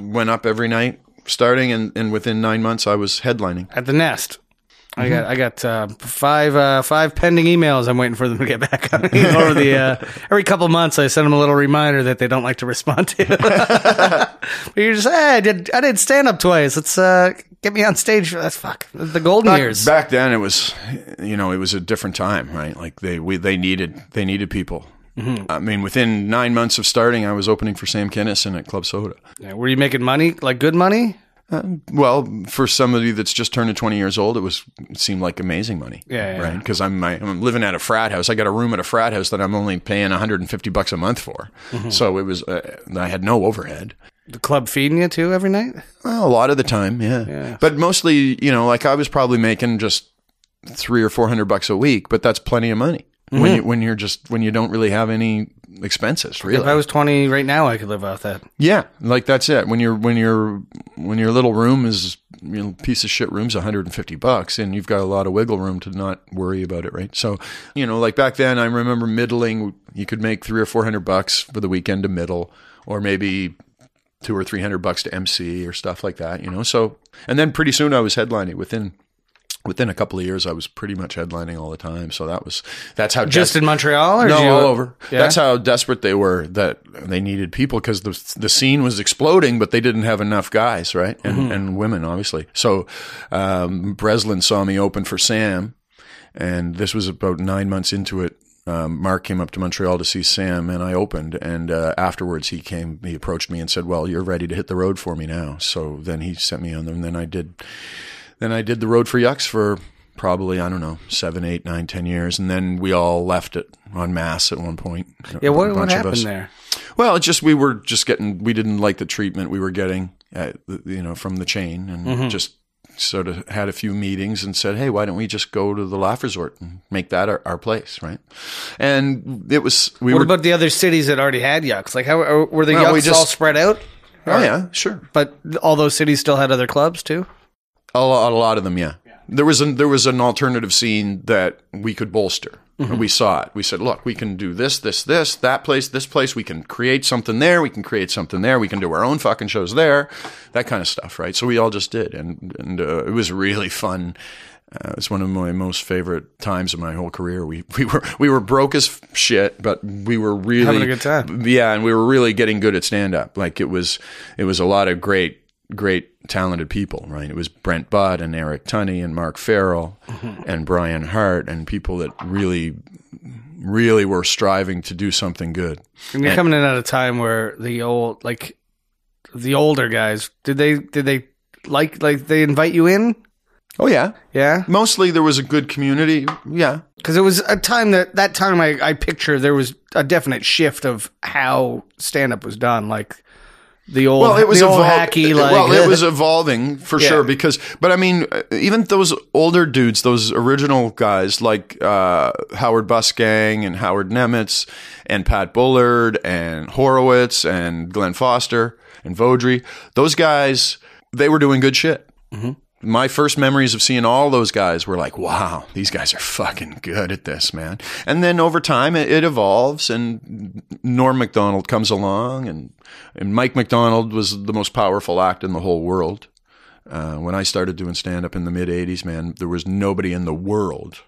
B: went up every night starting. And, and within nine months, I was headlining.
A: At the nest.
B: Mm-hmm.
A: I got I got uh, five uh, five pending emails. I'm waiting for them to get back on me over the uh, every couple months. I send them a little reminder that they don't like to respond to. but you're just hey, I did I did stand up twice. Let's uh, get me on stage. That's fuck the golden years.
B: Back then, it was, you know, it was a different time, right? Like they, we, they needed, they needed people. I mean, within nine months of starting, I was opening for Sam Kennison at Club Soda.
A: Yeah, Were you making money like good money?
B: Well, for somebody that's just turned to 20 years old, it was it seemed like amazing money.
A: Yeah, yeah.
B: right. Because I'm my, I'm living at a frat house. I got a room at a frat house that I'm only paying 150 bucks a month for.
A: Mm-hmm.
B: So it was uh, I had no overhead.
A: The club feeding you too every night.
B: Well, a lot of the time, yeah. But mostly, you know, like I was probably making just three or four hundred bucks a week, but that's plenty of money
A: Mm-hmm.
B: when you when you're just when you don't really have any expenses really.
A: If I was 20 right now, I could live off that.
B: Yeah, like that's it. When your when your when your little room is you know, piece of shit room's 150 bucks and you've got a lot of wiggle room to not worry about it, right? So, you know, like back then I remember middling you could make 3 or 400 bucks for the weekend to middle or maybe 2 or 300 bucks to MC or stuff like that, you know. So, and then pretty soon I was headlining within within a couple of years I was pretty much headlining all the time. So that was that's how
A: Just in Montreal, or
B: no,
A: did you-
B: all over.
A: Yeah?
B: That's how desperate they were that they needed people because the the scene was exploding, but they didn't have enough guys, right? And
A: Mm-hmm.
B: and women, obviously. So um, Breslin saw me open for Sam, and this was about nine months into it. Um, Mark came up to Montreal to see Sam, and I opened. And uh, afterwards, he came, he approached me and said, "Well, you're ready to hit the road for me now." So then he sent me on them. And then I did then I did the road for Yucks for probably I don't know seven, eight, nine, ten years, and then we all left it on mass at one point.
A: Yeah,
B: A
A: what, what
B: bunch of
A: happened
B: us.
A: there?
B: Well, it's just we were just getting we didn't like the treatment we were getting, at, the- you know, from the chain, and
A: Mm-hmm.
B: just sort of had a few meetings and said, "Hey, why don't we just go to the Laugh Resort and make that our, our place?" Right, and it was we
A: What
B: were
A: about the other cities that already had yucks? Like, how or were the
B: Well, we
A: yucks
B: just-
A: all spread out?
B: oh yeah sure
A: But all those cities still had other clubs too.
B: A lot, a lot of them, yeah. There was an, there was an alternative scene that we could bolster. And We saw it. We said, look, we can do this, this, this, that place, this place. We can create something there. We can create something there. We can do our own fucking shows there, that kind of stuff, right? So we all just did, and and uh, it was really fun. Uh, it's one of my most favorite times of my whole career. We we were we were broke as f- shit, but we were really
A: Having a good time.
B: Yeah, and we were really getting good at stand up. Like it was it was a lot of great great talented people, right? It was Brent Budd and Eric Tunney and Mark Farrell
A: Mm-hmm.
B: and Brian Hart and people that really really were striving to do something good.
A: And you're coming in at a time where the old, like, the older guys did they did they like like they invite you in?
B: Oh yeah.
A: Yeah,
B: Mostly there was a good community. Yeah.
A: because it was a time that that time I I picture there was a definite shift of how stand up was done. Like the old,
B: Well, it was
A: the old
B: evol-
A: hacky.
B: it-
A: Like
B: well, it was evolving for
A: Yeah.
B: sure because, but I mean, uh, even those older dudes, those original guys like uh, Howard Busgang and Howard Nemitz and Pat Bullard and Horowitz and Glenn Foster and Vodri, those guys, they were doing good shit. My first memories of seeing all those guys were like, wow, these guys are fucking good at this, man. And then over time, it, it evolves, and Norm MacDonald comes along, and, and Mike MacDonald was the most powerful act in the whole world. Uh, when I started doing stand up in the mid 80s, man, there was nobody in the world.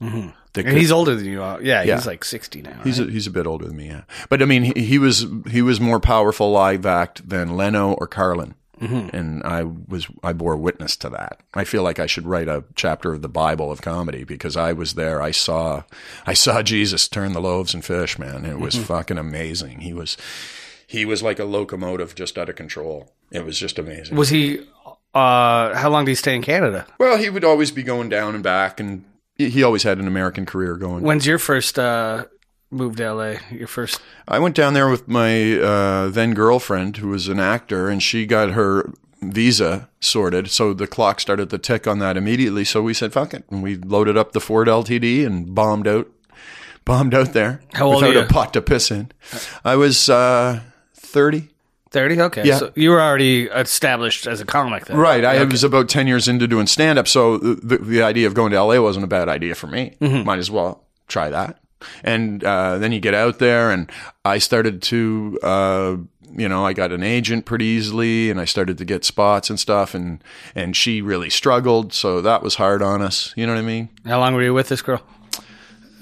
B: That
A: and
B: could-
A: he's older than you. are. Yeah,
B: Yeah.
A: he's like sixty now.
B: He's a, he's a bit older than me, yeah. But I mean, he, he was he was more powerful live act than Leno or Carlin, and I was I bore witness to that. I feel like I should write a chapter of the Bible of comedy because I was there. I saw I saw Jesus turn the loaves and fish, man. It was fucking amazing. He was he was like a locomotive just out of control. It was just amazing.
A: was he? uh How long did he stay in Canada?
B: Well, he would always be going down and back, and he he always had an American career going.
A: When's your first uh move to LA? Your first
B: I went down there with my uh, then girlfriend, who was an actor, and she got her visa sorted. So the clock started to tick on that immediately. So we said, "Fuck it," and we loaded up the Ford LTD and bombed out, bombed out there
A: How old are
B: without
A: you?
B: a pot to piss in. I was uh, thirty.
A: thirty. Okay,
B: Yeah.
A: so you were already established as a comic then,
B: Right. I was about 10 years into doing stand up. So the, the idea of going to LA wasn't a bad idea for me. Might as well try that. And uh, then you get out there, and I started to, uh, you know, I got an agent pretty easily, and I started to get spots and stuff, and and she really struggled, so that was hard on us. You know what I mean?
A: How long were you with this girl?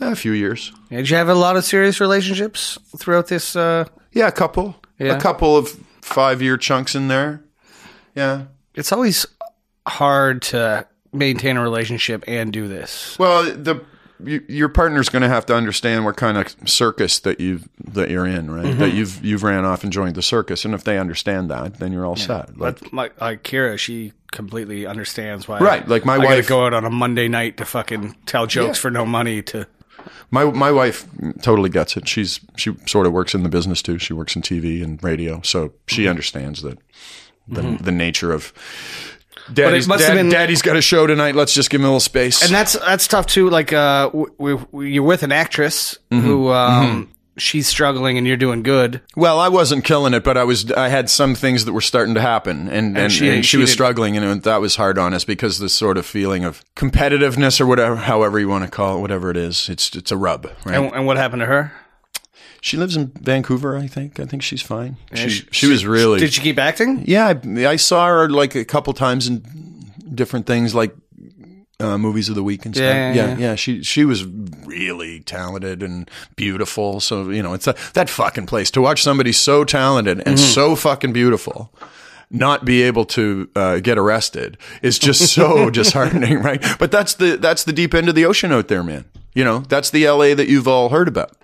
B: A few years,
A: Did you have a lot of serious relationships throughout this? uh
B: yeah, a couple,
A: Yeah.
B: a couple of five year chunks in there, yeah.
A: It's always hard to maintain a relationship and do this.
B: Well, the you, your partner's going to have to understand what kind of circus that you that you're in,
A: Mm-hmm.
B: right? That you've you've ran off and joined the circus, and if they understand that, then you're all set. Like,
A: But my, like Kira, she completely understands why.
B: Right, like my
A: I gotta
B: wife-
A: go out on a Monday night to fucking tell jokes for no money to.
B: my my wife totally gets it. She's she sort of works in the business too. She works in TV and radio, so she
A: Mm-hmm.
B: understands that the, the nature of. Daddy's,
A: must have
B: dad,
A: been-
B: daddy's got a show tonight. Let's just give him a little space.
A: And that's that's tough too. Like, uh, w- w- w- you're with an actress
B: Mm-hmm.
A: who um, she's struggling and you're doing good.
B: Well, I wasn't killing it, but I was. I had some things that were starting to happen, and and, and
A: she-
B: she,
A: she
B: was
A: did-
B: struggling, and that was hard on us because this sort of feeling of competitiveness or whatever, however you want to call it, whatever it is, it's it's a rub, right?
A: And, and what happened to her?
B: she lives in Vancouver, I think. I think she's fine. She, she was really.
A: Did she keep acting?
B: yeah, I, I saw her like a couple times in different things, like uh, movies of the week and stuff.
A: Yeah,
B: Yeah
A: yeah,
B: yeah, She she was really talented and beautiful. So you know, it's a, that fucking place to watch somebody so talented and so fucking beautiful. Not be able to uh, get arrested is just so disheartening, right? But that's the that's the deep end of the ocean out there, man. You know, that's the LA that you've all heard about,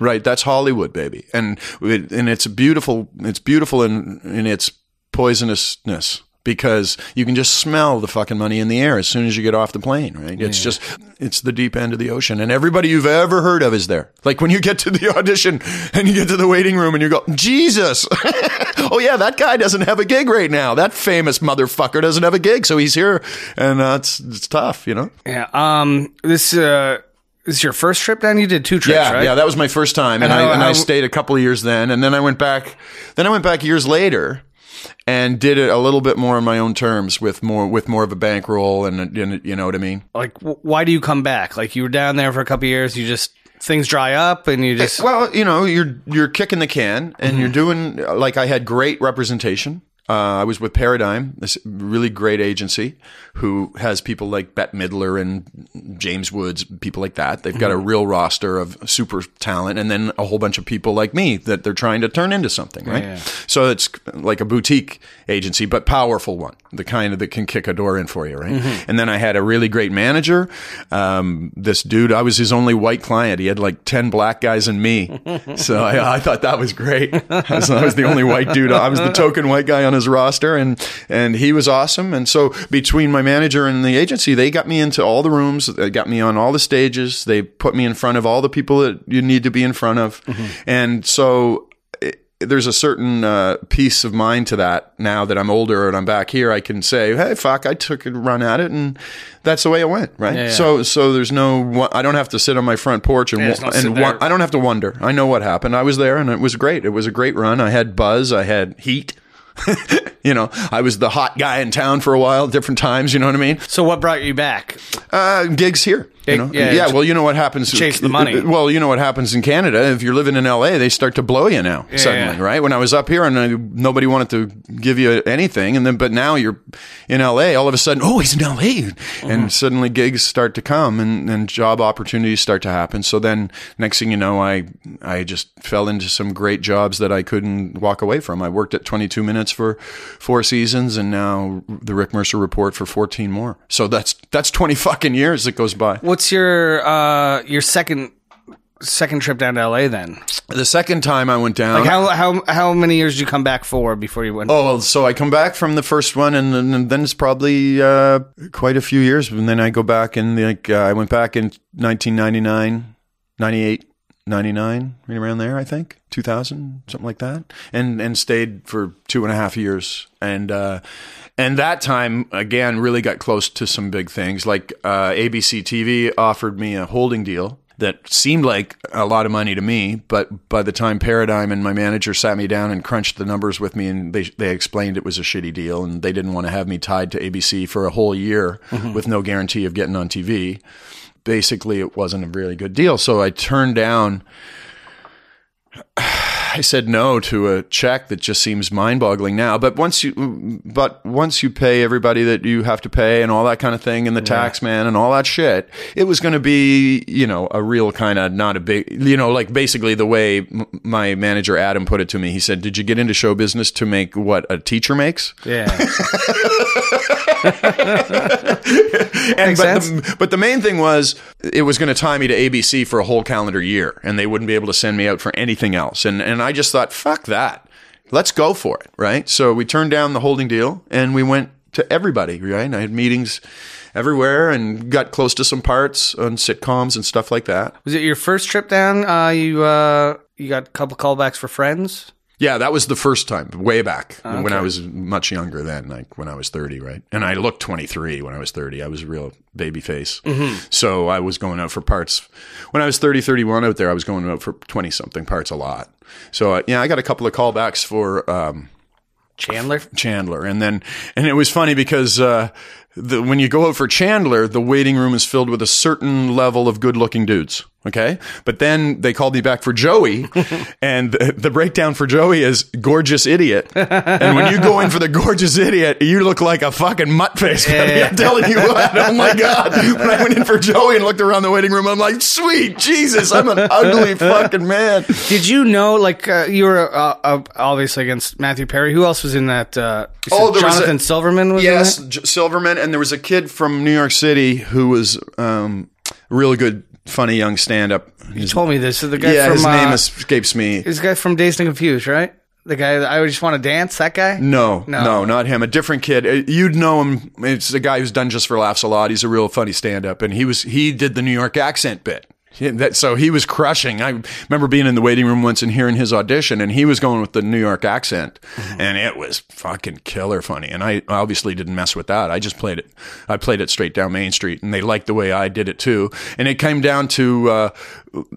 B: right? That's Hollywood, baby, and it, and it's beautiful. It's beautiful in in its poisonousness because you can just smell the fucking money in the air as soon as you get off the plane, right? It's just, it's the deep end of the ocean. And everybody you've ever heard of is there. Like when you get to the audition and you get to the waiting room and you go, Jesus. oh, yeah, that guy doesn't have a gig right now. That famous motherfucker doesn't have a gig. So he's here. And uh, it's, it's tough, you know?
A: Yeah. Um. This uh. This is your first trip down. You did two trips,
B: Yeah,
A: right?
B: yeah, that was my first time,
A: And
B: and, I,
A: how-
B: and
A: how-
B: I stayed a couple of years then, and then I went back. Then I went back years later, and did it a little bit more on my own terms with more with more of a bankroll and, and you know what I mean.
A: Like, w- why do you come back? Like, you were down there for a couple years. You just things dry up, and you just
B: Well, you know, you're you're kicking the can, and you're doing like I had great representation. Uh, I was with Paradigm, this really great agency who has people like Bette Midler and James Woods, people like that. They've got a real roster of super talent, and then a whole bunch of people like me that they're trying to turn into something, right? So it's like a boutique agency, but powerful one, the kind of that can kick a door in for you, right? And then I had a really great manager. Um, this dude, I was his only white client. He had like 10 black guys and me. so I, I thought that was great. I was, I was the only white dude. I was the token white guy on his roster and, and he was awesome. And so between my manager and the agency, they got me into all the rooms. They got me on all the stages. They put me in front of all the people that you need to be in front of. And so eh, there's a certain uh, peace of mind to that now that I'm older and I'm back here. I can say, "Hey, fuck, I took a run at it, and that's the way it went." Right.
A: yeah.
B: So, so there's no, wo- I don't have to sit on my front porch and
A: just
B: wo-
A: don't sit
B: and
A: there.
B: wo- I don't have to wonder. I know what happened. I was there, and it was great. It was a great run. I had buzz. I had heat. you know, I was the hot guy in town for a while, different times. You know what I mean?
A: So what brought you back?
B: Uh, gigs here. You
A: Gig-
B: know?
A: yeah,
B: yeah,
A: it's-
B: well, you know what happens.
A: Chase the money.
B: Well, you know what happens in Canada. If you're living in LA, they start to blow you now suddenly,
A: yeah.
B: right? When I was up here and I, nobody wanted to give you anything, and then but now you're in LA. All of a sudden, oh, he's in LA,
A: Uh-huh.
B: and suddenly gigs start to come and, and job opportunities start to happen. So then, next thing you know, I I just fell into some great jobs that I couldn't walk away from. I worked at 22 Minutes for four seasons, and now the Rick Mercer Report for 14 more. So that's that's 20 fucking years that goes by.
A: What's your uh your second second trip down to LA then?
B: The second time I went down,
A: Like how how how many years did you come back for before you went?
B: Oh, well, so I come back from the first one, and, then- and then it's probably uh, quite a few years. And then I go back, and like uh, I went back in 1999, 98, 99, right around there, I think, 2000, something like that, and and stayed for two and a half years. And uh, and that time again really got close to some big things. Like uh, ABC TV offered me a holding deal that seemed like a lot of money to me, but by the time Paradigm and my manager sat me down and crunched the numbers with me, and they they explained it was a shitty deal, and they didn't want to have me tied to ABC for a whole year with no guarantee of getting on TV. Basically, it wasn't a really good deal, so I turned down. I said no to a check that just seems mind-boggling now. But once you, but once you pay everybody that you have to pay and all that kind of thing, and the tax man and all that shit, it was going to be you know a real kind of not a big you know like basically the way m- my manager Adam put it to me. He said, "Did you get into show business to make what a teacher makes?"
A: Yeah.
B: And
A: Makes
B: but the, but the main thing was it was going to tie me to ABC for a whole calendar year, and they wouldn't be able to send me out for anything else. And and I just thought, fuck that, let's go for it, right? So we turned down the holding deal, and we went to everybody, right? And I had meetings everywhere, and got close to some parts on sitcoms and stuff like that.
A: Was it your first trip down? Uh you uh you got a couple callbacks for friends?
B: Yeah, that was the first time, way back when I was much younger then, like when I was 30, right? And I looked 23 when I was 30. I was a real baby face. So I was going out for parts. When I was 30, 31 out there, I was going out for 20 something parts a lot. So uh, yeah, I got a couple of callbacks for um,
A: Chandler?
B: Chandler. And then, and it was funny because uh, the, when you go out for Chandler, the waiting room is filled with a certain level of good looking dudes. Okay. But then they called me back for Joey, and the, the breakdown for Joey is gorgeous idiot. And when you go in for the gorgeous idiot, you look like a fucking mutt face. I'm telling you what. Oh my God. When I went in for Joey and looked around the waiting room, I'm like, sweet Jesus, I'm an ugly fucking man.
A: Did you know like uh, you were uh, uh, obviously against Matthew Perry? Who else was in that uh you said
B: Oh, there was a-
A: Jonathan Silverman was in
B: Yes,
A: that?
B: J- Silverman, and there was a kid from New York City who was um, a really good, funny young stand-up. His-
A: Told me this. So the guy
B: yeah,
A: from
B: his name
A: uh,
B: escapes me.
A: this guy from Dazed and Confused, right? The guy that I just want to dance, that guy?
B: No,
A: No.
B: no, not him. A different kid. Uh, You'd know him. It's a guy who's done just for laughs a lot. He's a real funny stand-up, and he was he did the New York accent bit. Yeah, that, so he was crushing. I remember being in the waiting room once and hearing his audition, and he was going with the New York accent,
A: Mm-hmm.
B: and it was fucking killer funny. And I obviously didn't mess with that. I just played it. I played it straight down Main Street, and they liked the way I did it too. And it came down to, uh,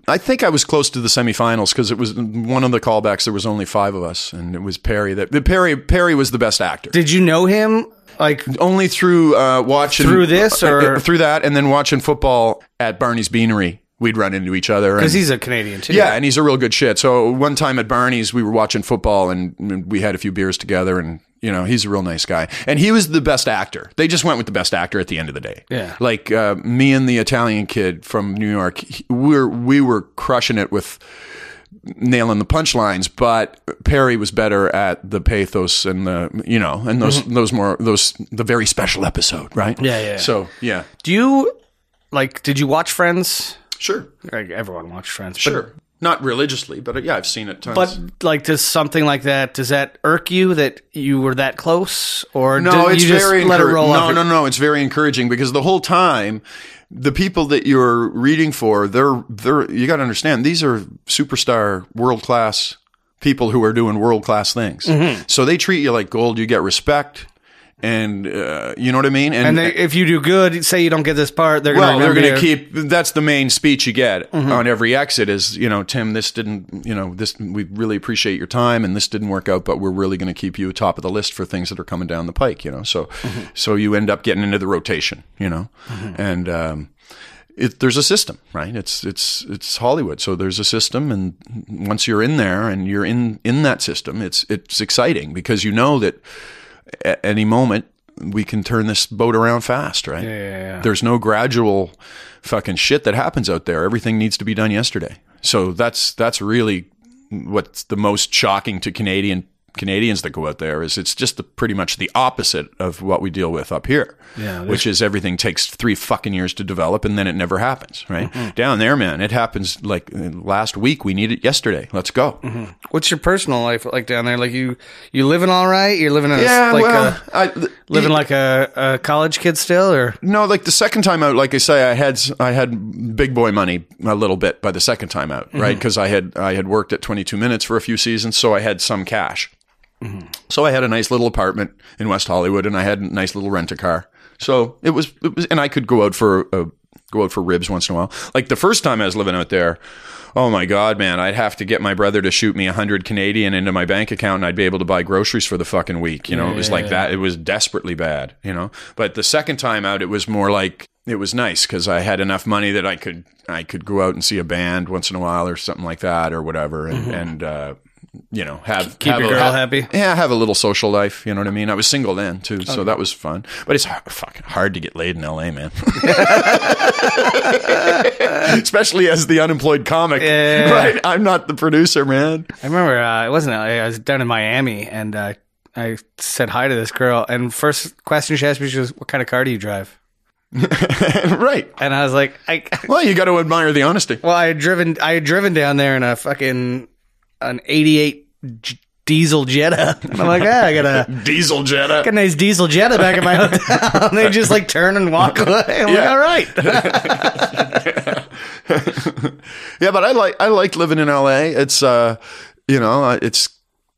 B: I think I was close to the semifinals because it was one of the callbacks. There was only five of us, and it was Perry that Perry Perry was the best actor
A: Did you know him? Like,
B: only through uh, watching
A: Through this, or-
B: uh, through that, and then watching football at Barney's Beanery. We'd run into each other and-
A: because he's a Canadian too.
B: yeah, and he's a real good shit. So one time at Barney's, we were watching football and and we had a few beers together, and you know he's a real nice guy, and he was the best actor. They just went with the best actor at the end of the day.
A: Yeah.
B: like uh, me and the Italian kid from New York, he- we're we were crushing it with nailing the punchlines, but Perry was better at the pathos and the you know and those those more those the very special episode, right?
A: Yeah, yeah.
B: So Mm-hmm. yeah,
A: Do you like? Did you watch Friends?
B: sure,
A: Like everyone watched Friends. but-
B: sure. Not religiously, but uh, yeah, I've seen it tons.
A: But like, does something like that? Does that irk you that you were that close, or
B: No,
A: did
B: it's
A: you just
B: very
A: let it
B: encour-
A: roll
B: No,
A: off your-
B: no, no, it's very encouraging because the whole time the people that you're reading for, they're they're you got to understand these are superstar, world class people who are doing world class things.
A: Mm-hmm.
B: So they treat you like gold. You get respect, and uh, you know what I mean.
A: And they, if you do good, say you don't get this part, they're
B: well,
A: gonna
B: they're going to
A: remember you. Mm-hmm.
B: keep. That's the main speech you get on every exit is, you know, Tim, this didn't, you know, this we really appreciate your time, and this didn't work out, but we're really going to keep you top of the list for things that are coming down the pike, you know. So,
A: Mm-hmm.
B: so you end up getting into the rotation, you know, and um, it, there's a system, right? It's it's it's Hollywood, so there's a system, and once you're in there and you're in in that system, it's it's exciting because you know that at any moment we can turn this boat around fast, right?
A: yeah,
B: There's no gradual fucking shit that happens out there. Everything needs to be done yesterday. So that's that's really what's the most shocking to Canadian Canadians that go out there is it's just the, pretty much the opposite of what we deal with up here.
A: Yeah,
B: which is everything takes 3 fucking years to develop and then it never happens, right?
A: Mm-hmm.
B: Down there, man, it happens like uh, last week we need it yesterday. Let's go.
A: Mm-hmm. What's your personal life like down there? Like you, you living all right? You're living in a,
B: Yeah,
A: like
B: well,
A: a,
B: I,
A: living like a, a college kid still, or
B: No, like the second time out, like I say, I had I had big boy money a little bit by the second time out, right? Because I had I had worked at 22 minutes for a few seasons, so I had some cash. So I had a nice little apartment in West Hollywood, and I had a nice little rent a car. So it was, it was, and I could go out for uh, go out for ribs once in a while. Like the first time I was living out there, oh my god, man, I'd have to get my brother to shoot me a hundred Canadian into my bank account, and I'd be able to buy groceries for the fucking week. You know, it was like that. It was desperately bad. You know, but the second time out, it was more like it was nice because I had enough money that I could I could go out and see a band once in a while or something like that or whatever, and and uh, you know have
A: Keep
B: have
A: your
B: a-
A: girl
B: have-
A: happy.
B: yeah, I have a little social life. You know what I mean. I was single then too, so that was fun. But it's hard, fucking hard to get laid in L.A., man. Especially as the unemployed comic,
A: Yeah.
B: right? I'm not the producer, man.
A: I remember uh, it wasn't LA. I was down in Miami, and uh, I said hi to this girl. And first question she asked me, she goes, "What kind of car do you drive?"
B: right.
A: And I was like, "I
B: Well, you got to admire the honesty.
A: well, I had driven, I had driven down there in a fucking an '88 j- diesel Jetta." And I'm like, "Yeah, I got a."
B: Diesel Jetta.
A: got a nice diesel Jetta back at my hotel. And they just like turn and walk away. I'm
B: Yeah.
A: like, all right.
B: Yeah, but I like I like living in LA. It's uh, you know, uh, it's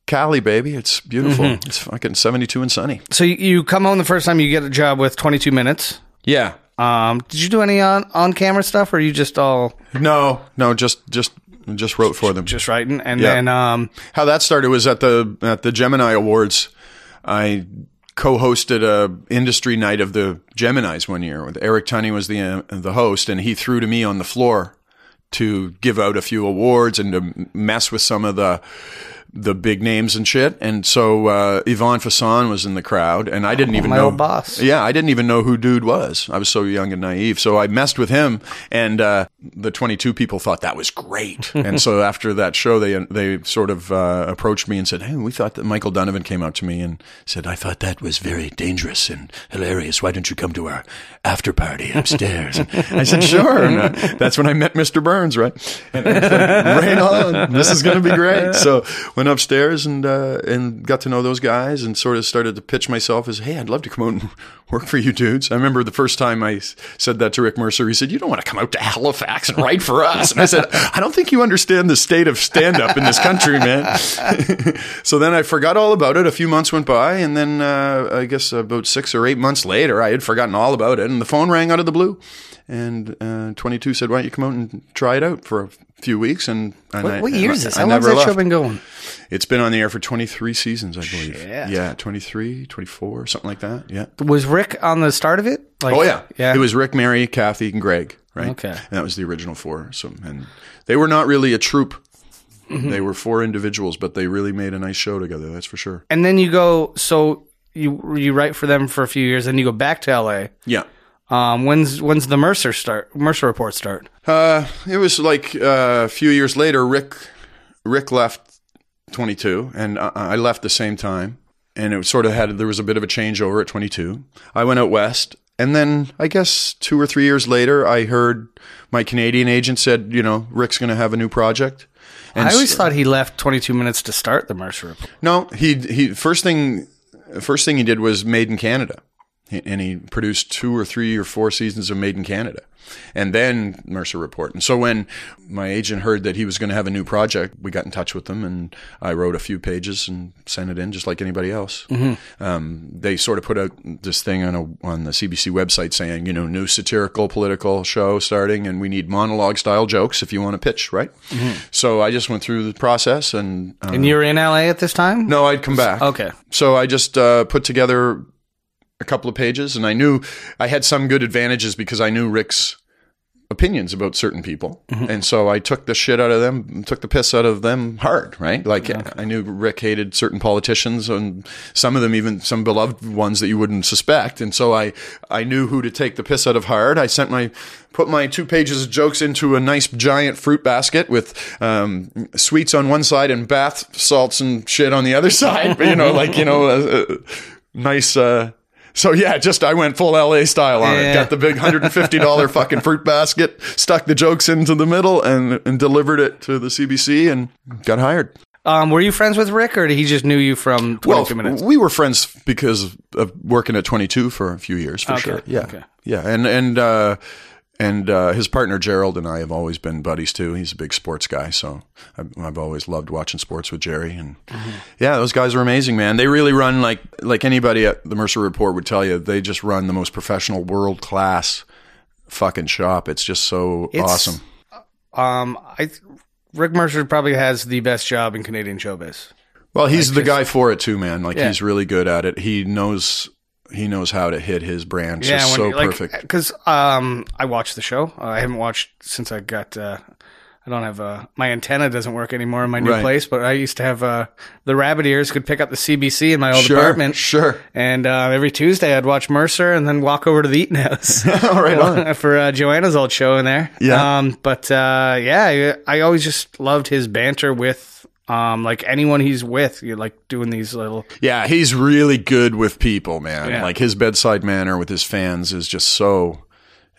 B: Cali, baby. It's beautiful.
A: Mm-hmm.
B: It's fucking 72 and sunny.
A: so you- you come home the first time you get a job with 22 minutes.
B: Yeah.
A: Um, did you do any on on camera stuff, or you just all
B: No, no, just just just wrote for them.
A: just writing? And
B: Yeah.
A: then, um,
B: how that started was at the at the Gemini Awards. I co-hosted a industry night of the Gemini's one year with Eric Tunney was the uh, the host, and he threw to me on the floor to give out a few awards and to mess with some of the the big names and shit. And so uh, Yvonne Fasson was in the crowd, and I didn't even
A: Oh, my
B: know
A: old boss.
B: yeah, I didn't even know who dude was. I was so young and naive. So I messed with him, and uh, the 22 people thought that was great. and so after that show, they they sort of uh, approached me and said, "Hey, we thought that Michael Donovan came up to me and said I thought that was very dangerous and hilarious. Why don't you come to our after party upstairs?" And I said, "Sure." And, uh, that's when I met Mr. Burns, right? And I was like, "Right on. This is going to be great." So when went upstairs and uh, and got to know those guys and sort of started to pitch myself as, hey, I'd love to come out and work for you dudes. I remember the first time I s- said that to Rick Mercer, he said, you don't want to come out to Halifax and write for us. And I said, I don't think you understand the state of stand up in this country, man. so then I forgot all about it. A few months went by, and then uh, I guess about six or eight months later, I had forgotten all about it. And the phone rang out of the blue, and uh, 22 said, "Why don't you come out and try it out for a few weeks?" And, and
A: What,
B: I,
A: what
B: and
A: year is
B: I-
A: this?
B: I
A: How long's
B: never
A: that show
B: left.
A: been going?
B: It's been on the air for 23 seasons, I believe.
A: Shit.
B: Yeah, 23, 24, something like that. Yeah.
A: Was Rick on the start of it? Like,
B: Oh yeah,
A: yeah.
B: It was Rick, Mary, Kathy, and Greg. Right.
A: Okay.
B: And that was the original four. So, and they were not really a troupe.
A: Mm-hmm.
B: They were four individuals, but they really made a nice show together. That's for sure.
A: And then you go. So you you write for them for a few years, then you go back to L.A.
B: Yeah.
A: Um, when's when's the Mercer start? Mercer report start?
B: Uh, it was like uh, a few years later. Rick Rick left 22, and I, I left the same time. And it sort of had there was a bit of a changeover at 22. I went out west, and then I guess two or three years later, I heard my Canadian agent said, you know, Rick's going to have a new project. And
A: I always
B: s-
A: thought he left 22 minutes to start the Mercer report.
B: No, he he first thing first thing he did was Made in Canada. He- And he produced two or three or four seasons of Made in Canada and then Mercer Report. And so when my agent heard that he was going to have a new project, we got in touch with them and I wrote a few pages and sent it in just like anybody else. Um, they sort of put out this thing on a, on the CBC website saying, you know, new satirical political show starting and we need monologue style jokes if you want to pitch, right? So I just went through the process and uh,
A: And you were in L.A. at this time?
B: no, I'd come back.
A: Okay.
B: So I just uh, put together a couple of pages, and I knew I had some good advantages because I knew Rick's opinions about certain people, and so I took the shit out of them, took the piss out of them hard, right? Like I knew Rick hated certain politicians, and some of them even some beloved ones that you wouldn't suspect, and so I I knew who to take the piss out of hard. I sent my put my two pages of jokes into a nice giant fruit basket with um, sweets on one side and bath salts and shit on the other side, but you know, like you know, uh, uh, nice. Uh, so yeah, just I went full LA style on
A: Yeah.
B: it. Got the big hundred and fifty dollar fucking fruit basket, stuck the jokes into the middle, and and delivered it to the CBC, and got hired.
A: Um, were you friends with Rick, or did he just knew you from 22
B: Well,
A: minutes?
B: we were friends because of working at twenty two for a few years, for sure. Yeah,
A: okay.
B: yeah, and and uh, and uh, his partner Gerald and I have always been buddies too. He's a big sports guy, so I've, I've always loved watching sports with Jerry. And
A: Mm-hmm.
B: yeah, those guys are amazing, man. They really run like like anybody at the Mercer Report would tell you. They just run the most professional, world class fucking shop. It's just so awesome.
A: Um, I Rick Mercer probably has the best job in Canadian showbiz.
B: Well, he's the guy for it too, man. Like
A: Yeah.
B: he's really good at it. He knows he knows how to hit his brand just so perfect.
A: Because um, I watched the show. Uh, I haven't watched since I got. Uh, I don't have uh, my antenna doesn't work anymore in my new
B: Right.
A: place, but I used to have uh, the rabbit ears could pick up the CBC in my old
B: Sure,
A: apartment.
B: sure.
A: And uh, every Tuesday I'd watch Mercer and then walk over to the Eaton House.
B: All right, on.
A: for uh, Joanna's old show in there.
B: Yeah.
A: Um, but uh, yeah, I, I always just loved his banter with um, like anyone he's with. You like doing these little.
B: Yeah, he's really good with people, man.
A: Yeah.
B: Like his bedside manner with his fans is just so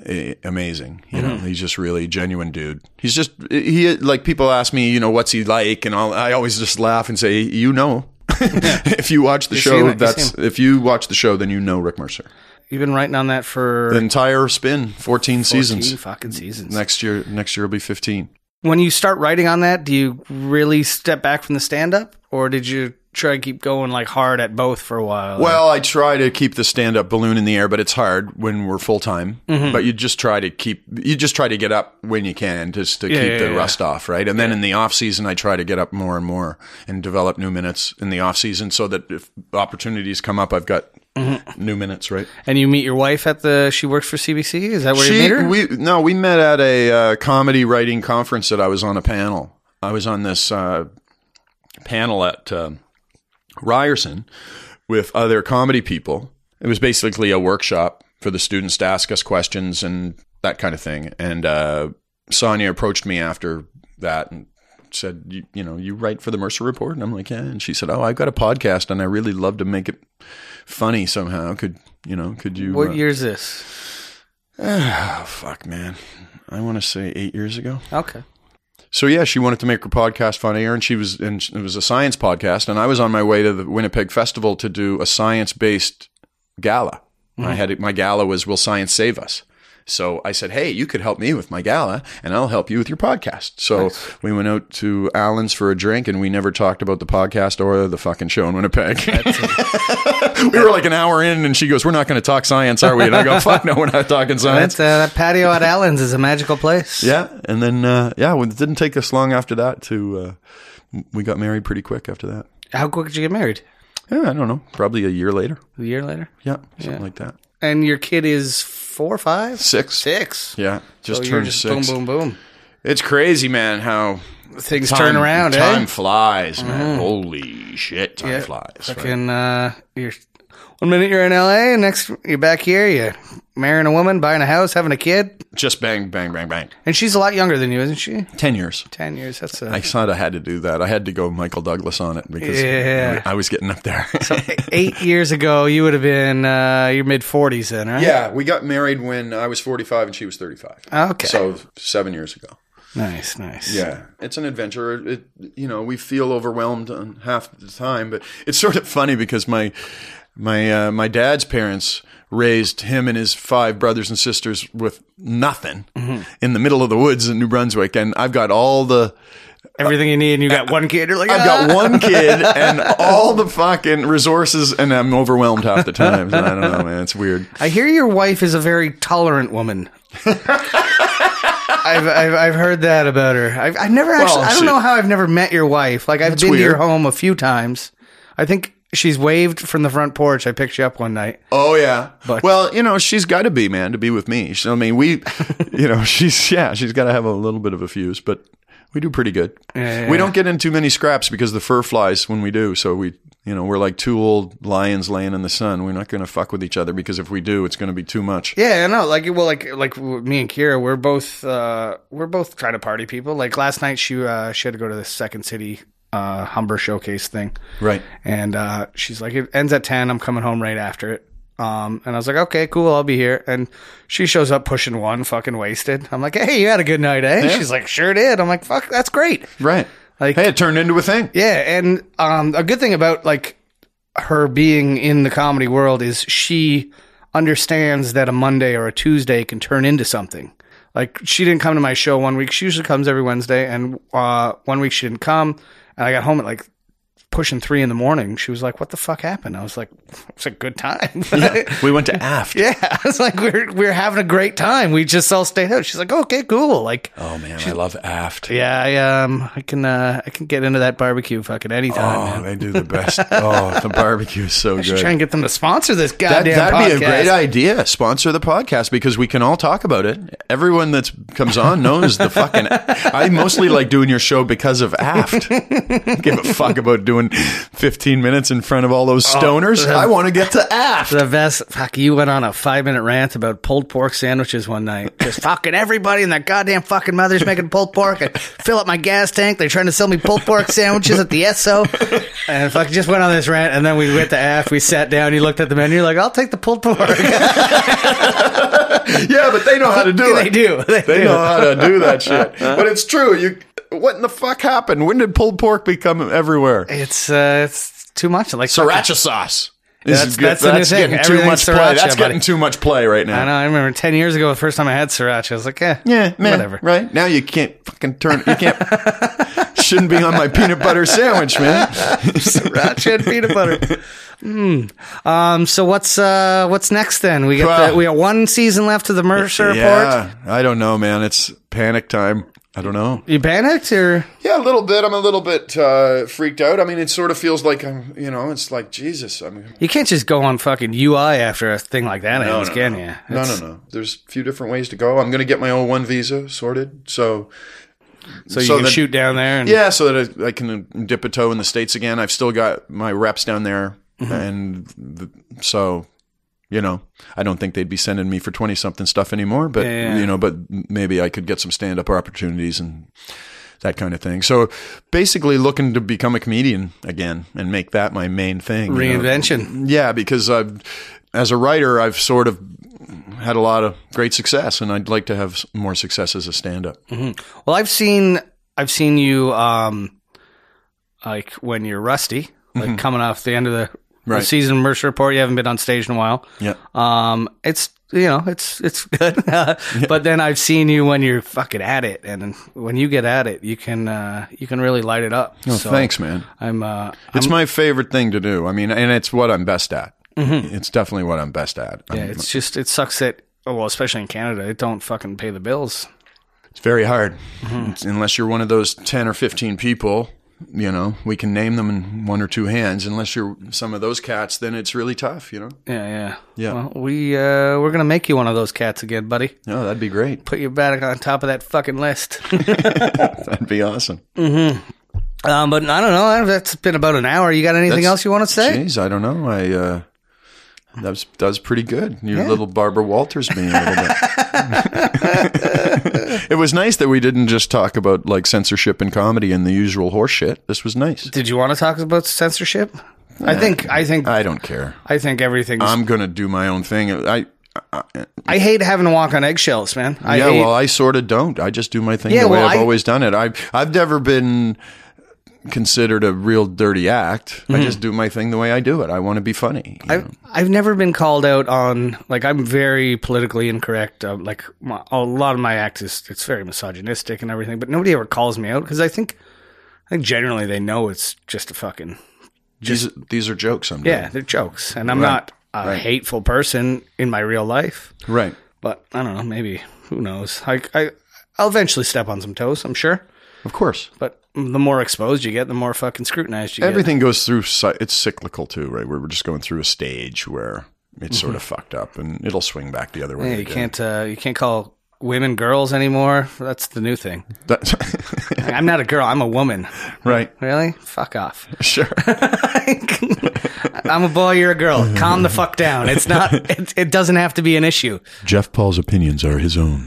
B: eh, amazing. You know, he's just really genuine dude. He's just he like people ask me, you know, what's he like, and all, I always just laugh and say, you know. if you watch the
A: seen it,
B: show,
A: you've
B: that's if you watch the show, then you know Rick Mercer.
A: You've been writing on that for
B: The entire spin, 14
A: 14
B: seasons.
A: fucking seasons.
B: Next year, next year will be 15.
A: When you start writing on that, do you really step back from the stand up, or did you try to keep going like hard at both for a while?
B: Well, I try to keep the stand up balloon in the air, but it's hard when we're full time.
A: Mm-hmm.
B: But you just try to keep you just try to get up when you can just to keep
A: yeah,
B: the
A: yeah.
B: rust off, right? And then in the off season I try to get up more and more and develop new minutes in the off season so that if opportunities come up I've got
A: Mm-hmm.
B: new minutes, right?
A: and you meet your wife at the she works for CBC. Is that where you meet her?
B: We no, we met at a uh, comedy writing conference that I was on a panel. I was on this uh, panel at um Ryerson with other comedy people. It was basically a workshop for the students to ask us questions and that kind of thing. And uh, Sonia approached me after that and said, you, you know, you write for the Mercer Report? And I'm like, yeah. And she said, oh, I've got a podcast and I really love to make it funny somehow. Could, you know, could you?
A: what
B: uh,
A: year is this?
B: Ah, Oh, fuck, man. I want to say eight years ago.
A: Okay.
B: So yeah, she wanted to make her podcast fun air, and she was, and it was a science podcast, and I was on my way to the Winnipeg Festival to do a science based gala. I had my gala was "Will Science Save Us?" So I said, "Hey, you could help me with my gala, and I'll help you with your podcast." So we went out to Allen's for a drink, and we never talked about the podcast or the fucking show in Winnipeg. we were like an hour in, and she goes, "We're not going to talk science, are we?" And I go, "Fuck no, we're not talking science."
A: That's, uh, that patio at Allen's is a magical place.
B: Yeah, and then uh, yeah, well, it didn't take us long after that to uh, m- we got married pretty quick after that.
A: How quick did you get married?
B: Yeah, I don't know, probably a year later.
A: A year later.
B: Yeah, something like that.
A: And your kid is four, five,
B: Six.
A: six.
B: Yeah, just
A: So you're
B: turned
A: just
B: six.
A: boom, boom,
B: It's crazy, man. How
A: boom. Things
B: time-
A: turn around.
B: Time
A: eh? Mm-hmm.
B: flies, man. Holy shit, time flies. right?
A: Fucking, uh, you're one minute you're in LA, and next you're back here. You're marrying a woman, buying a house, having a kid,
B: Just bang, bang, bang, bang.
A: and she's a lot younger than you, isn't she?
B: Ten years.
A: Ten years. That's uh, a
B: I thought I had to do that. I had to go Michael Douglas on it because
A: Yeah.
B: I was getting up there.
A: e-, eight years ago. You would have been uh, your mid forties then, right?
B: yeah, we got married when I was 45 and she was 35.
A: Okay.
B: So seven years ago.
A: nice, nice.
B: Yeah, it's an adventure. It, you know, we feel overwhelmed on half the time, but it's sort of funny because my my uh, my dad's parents raised him and his five brothers and sisters with nothing in the middle of the woods in New Brunswick, and I've got all the
A: Everything you need, and you got one kid. You're like, "Ah,
B: I've got one kid and all the fucking resources, and I'm overwhelmed half the time. I don't know, man. It's weird.
A: I hear your wife is a very tolerant woman. I've, I've I've heard that about her. I've, I've never actually. I don't
B: she-
A: know how I've never met your wife. Like I've been to your
B: weird.
A: home a few times. I think she's waved from the front porch. I picked you up one night.
B: Oh yeah.
A: But-
B: well, you know, she's got to be man to be with me. She- I mean, we, you know, she's yeah, she's got to have a little bit of a fuse, but we do pretty good.
A: Yeah, yeah,
B: we
A: yeah.
B: don't get in too many scraps because the fur flies when we do. So we, you know, we're like two old lions laying in the sun. We're not going to fuck with each other because if we do, it's going to be too much.
A: Yeah, I know. Like, well, like, like me and Kira, we're both, uh, we're both kind of party people. Like last night, she, uh, she had to go to the Second City, uh, Humber showcase thing,
B: Right.
A: and uh, she's like, it ends at ten. I'm coming home right after it. Um, and I was like, okay, cool, I'll be here. And she shows up pushing one, fucking wasted. I'm like, hey, you had a good night, eh? She's like, sure did. I'm like, fuck, that's great.
B: Right.
A: Like-
B: hey, it turned into a thing.
A: Yeah, and um, a good thing about like her being in the comedy world is she understands that a Monday or a Tuesday can turn into something. Like she didn't come to my show one week. She usually comes every Wednesday, and uh, one week she didn't come, and I got home at like pushing three in the morning. She was like, "What the fuck happened?" I was like, "It's a good time." Yeah,
B: We went to aft.
A: I was like, "We're we're having a great time. We just all stayed out." She's like, "Okay, cool." Like,
B: Oh man, I love aft.
A: yeah, I um, I can uh, I can get into that barbecue fucking anytime. man.
B: Oh, they do the best. oh, the barbecue is so
A: should
B: good.
A: try and get them to sponsor this
B: That,
A: goddamn
B: that'd
A: podcast.
B: be a great idea. Sponsor the podcast because we can all talk about it. Everyone that comes on knows the fucking. I mostly like doing your show because of Aft. Give a fuck about doing 15 minutes in front of all those
A: Oh,
B: stoners. I want to get to Aft.
A: The best. Fuck, you went on a five minute rant about pulled pork sandwiches one night. Just fucking everybody and their goddamn fucking mother's making pulled pork. I fill up my gas tank. They're trying to sell me pulled pork sandwiches at the Esso. And fucking just went on this rant. And then we went to AF. We sat down. You looked at the menu. You're like, I'll take the pulled pork.
B: Yeah, but they know how to do it.
A: they do. Uh-huh. They,
B: They
A: do.
B: know how to do that shit. But it's true. You. What in the fuck happened? When did pulled pork become everywhere?
A: It's, uh, it's too much. Like
B: Sriracha sauce. This
A: That's- that's the new thing.
B: getting too
A: Everything's
B: much play.
A: sriracha,
B: That's
A: buddy.
B: getting too much play right now.
A: I know. I remember 10 years ago, the first time I had sriracha, I was like, eh,
B: Yeah, man.
A: whatever.
B: Right now, you can't fucking turn. You can't. shouldn't be on my peanut butter sandwich, man.
A: sriracha and peanut butter. Mm. Um. So what's uh what's next then? We got
B: Well-
A: the, we got one season left of the Mercer report.
B: Yeah, I don't know, man. It's panic time. I don't know.
A: You panicked or
B: Yeah, a little bit. I'm a little bit uh, freaked out. I mean, it sort of feels like I'm. You know, it's like Jesus. I mean,
A: you can't just go on fucking UI after a thing like that ends,
B: no,
A: can
B: no.
A: you?
B: no, no, no. There's a few different ways to go. I'm going to get my O1 visa sorted. So
A: So you
B: So
A: can
B: then-
A: shoot down there and
B: Yeah, so that I, I can dip a toe in the states again. I've still got my reps down there,
A: Mm-hmm.
B: and the, so you know, I don't think they'd be sending me for twenty something stuff anymore. But
A: Yeah, yeah.
B: you know, but maybe I could get some stand up opportunities and that kind of thing. So basically, looking to become a comedian again and make that my main thing. you know.
A: reinvention.
B: Yeah, because I've, as a writer, I've sort of had
A: Mm-hmm.
B: a lot of great success, and I'd like to have s- more success as a stand up.
A: Well, I've seen I've seen you um, like when you're rusty, like coming off the end of the, the
B: Mm-hmm. Right.
A: season Mercer report. You haven't been on stage in a while.
B: Yeah.
A: Um, it's you know it's it's good, but then I've seen you when you're fucking at it, and when you get at it, you can uh, you can really light it up.
B: Oh, thanks, man.
A: I'm uh,
B: It's my favorite thing to do. I mean, and it's what I'm best at. It's definitely what I'm best at. Um, I'm-
A: Mm-hmm. Yeah, it's just it sucks that oh, well, especially in Canada, it don't fucking pay the bills.
B: It's very hard.
A: Mm-hmm.
B: It's- unless you're one of those 10 or 15 people, you know, we can name them in one or two hands. Unless you're some of those cats, then it's really tough, you know?
A: Yeah, yeah,
B: Yeah.
A: Well, we uh, we're gonna make you one of those cats again, buddy.
B: No, that'd be great.
A: Put you back on top of that fucking list.
B: That'd be awesome.
A: um, but I don't know. That's been about an hour. You got anything
B: That's-
A: else you want to say?
B: Jeez, I don't know. I, uh, that was, that was pretty good. Your little Barbara Walters being a little bit. it was nice that we didn't just talk about like censorship and comedy and the usual horse shit. This was nice.
A: Did you want to talk about censorship? I think I think I,
B: I don't care.
A: think everything's.
B: I'm gonna do my own thing. I
A: I hate having to walk on eggshells, man. I
B: yeah,
A: hate,
B: well, I sort of don't. I just do my thing
A: Yeah,
B: the way
A: well,
B: I've
A: I-
B: always done it. I've I've never been considered a real dirty act.
A: Mm-hmm.
B: I just do my thing the way I do it. I want to be funny. you know?
A: I've, I've never been called out on like I'm very politically incorrect. Uh, like my, a lot of my act is it's very misogynistic and everything, but nobody ever calls me out because I think I think generally they know it's just a fucking
B: these these are jokes. I'm
A: yeah, they're jokes, and I'm
B: Right,
A: not a
B: right.
A: hateful person in my real life.
B: doing. right.
A: But I don't know, maybe who knows? I, I I'll eventually step on some toes, I'm sure.
B: Of course,
A: But the more exposed you get, the more fucking scrutinized you
B: everything goes through. cy- It's cyclical too, right? Where we're just going through a stage where it's sort of fucked up, and it'll swing back the other way.
A: get. Mm-hmm. Yeah, you can't uh,
B: again.
A: you can't call women girls anymore. That's the new thing.
B: That-
A: I'm not a girl. I'm a woman.
B: right?
A: Really? Fuck off.
B: Sure.
A: I'm a boy. You're a girl. Calm the fuck down. It's not. It, it doesn't have to be an issue.
B: Jeff Paul's opinions are his own.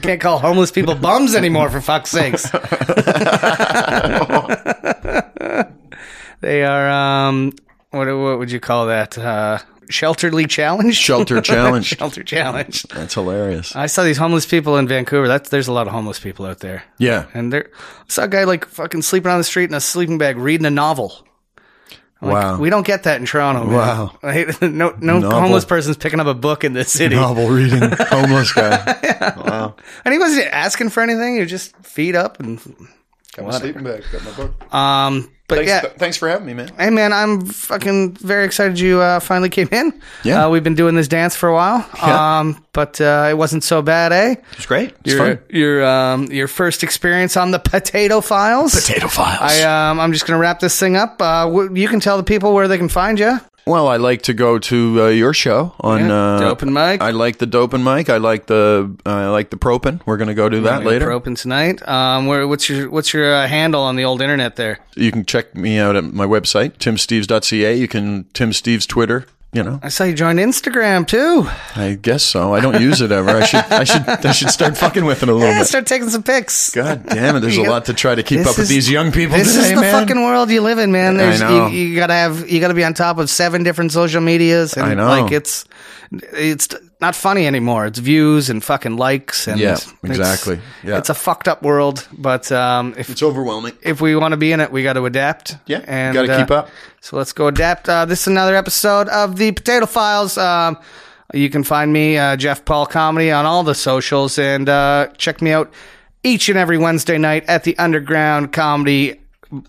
A: Can't call homeless people bums anymore. For fuck's sakes. they are. Um. What What would you call that? Uh, shelterly challenged.
B: Shelter challenge.
A: Shelter challenged.
B: That's hilarious.
A: I saw these homeless people in Vancouver. That's there's a lot of homeless people out there.
B: Yeah.
A: And there, I saw a guy like fucking sleeping on the street in a sleeping bag reading a novel. I'm like,
B: Wow.
A: we don't get that in Toronto. man.
B: Wow.
A: Like, no, no
B: Novel.
A: homeless person's picking up a book in this city.
B: novel reading homeless guy.
A: And he wasn't asking for anything. He was just feet up and,
B: Got my sleeping bag. Got my book.
A: um, but
B: Thanks,
A: yeah.
B: th- thanks for having me, man.
A: Hey man, I'm fucking very excited you uh, finally came in.
B: Yeah.
A: uh, we've been doing this dance for a while,
B: Yeah.
A: um, but uh, it wasn't so bad, eh?
B: It's great. It's
A: Your your um, your first experience on the Potato Files.
B: Potato files.
A: I, um, I'm just going to wrap this thing up. Uh, w- you can tell the people where they can find you.
B: well, I like to go to uh, your show on
A: Yeah,
B: uh,
A: the open mic.
B: I like the dope and mic. I like the I like the propin. We're going to go do that later.
A: We're open tonight. Um, where, what's your what's your uh, handle on the old internet there?
B: you can check me out at my website timsteves.ca. You can Tim Steves Twitter. You know,
A: I saw you joined Instagram too.
B: I guess so. I don't use it ever. I should I should I should start fucking with it a little
A: Yeah,
B: bit.
A: start taking some pics.
B: God damn it! There's a
A: You-
B: lot to try to keep
A: This
B: up with
A: is-
B: these young people
A: This
B: today,
A: is the
B: man.
A: fucking world you live in, man. There's,
B: know.
A: You, you gotta have you gotta be on top of seven different social medias, and
B: I know.
A: like it's it's not funny anymore. It's views and fucking likes, and
B: Yeah,
A: it's-
B: exactly. Yeah.
A: it's a fucked up world. But um, if
B: it's overwhelming.
A: if we want to be in it, we got to adapt.
B: Yeah,
A: and
B: gotta
A: uh,
B: keep up.
A: So let's go adapt. Uh, this is another episode of the Potato Files. Um, you can find me uh, Jeff Paul Comedy on all the socials, and uh, check me out each and every Wednesday night at the Underground Comedy.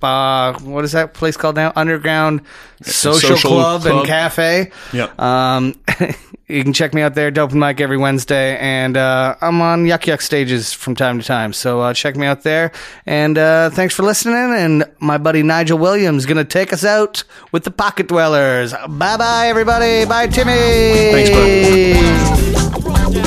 A: Uh, what is that place called now? Underground Social,
B: Social
A: Club, and
B: Club.
A: Cafe.
B: Yeah.
A: Um, you can check me out there, Dope and Mike, every Wednesday, and uh, I'm on Yuck Yuck stages from time to time. So uh, check me out there. And uh, thanks for listening. And my buddy Nigel Williams gonna take us out with the Pocket Dwellers. Bye bye, everybody. Bye, Timmy. Thanks,
B: bud.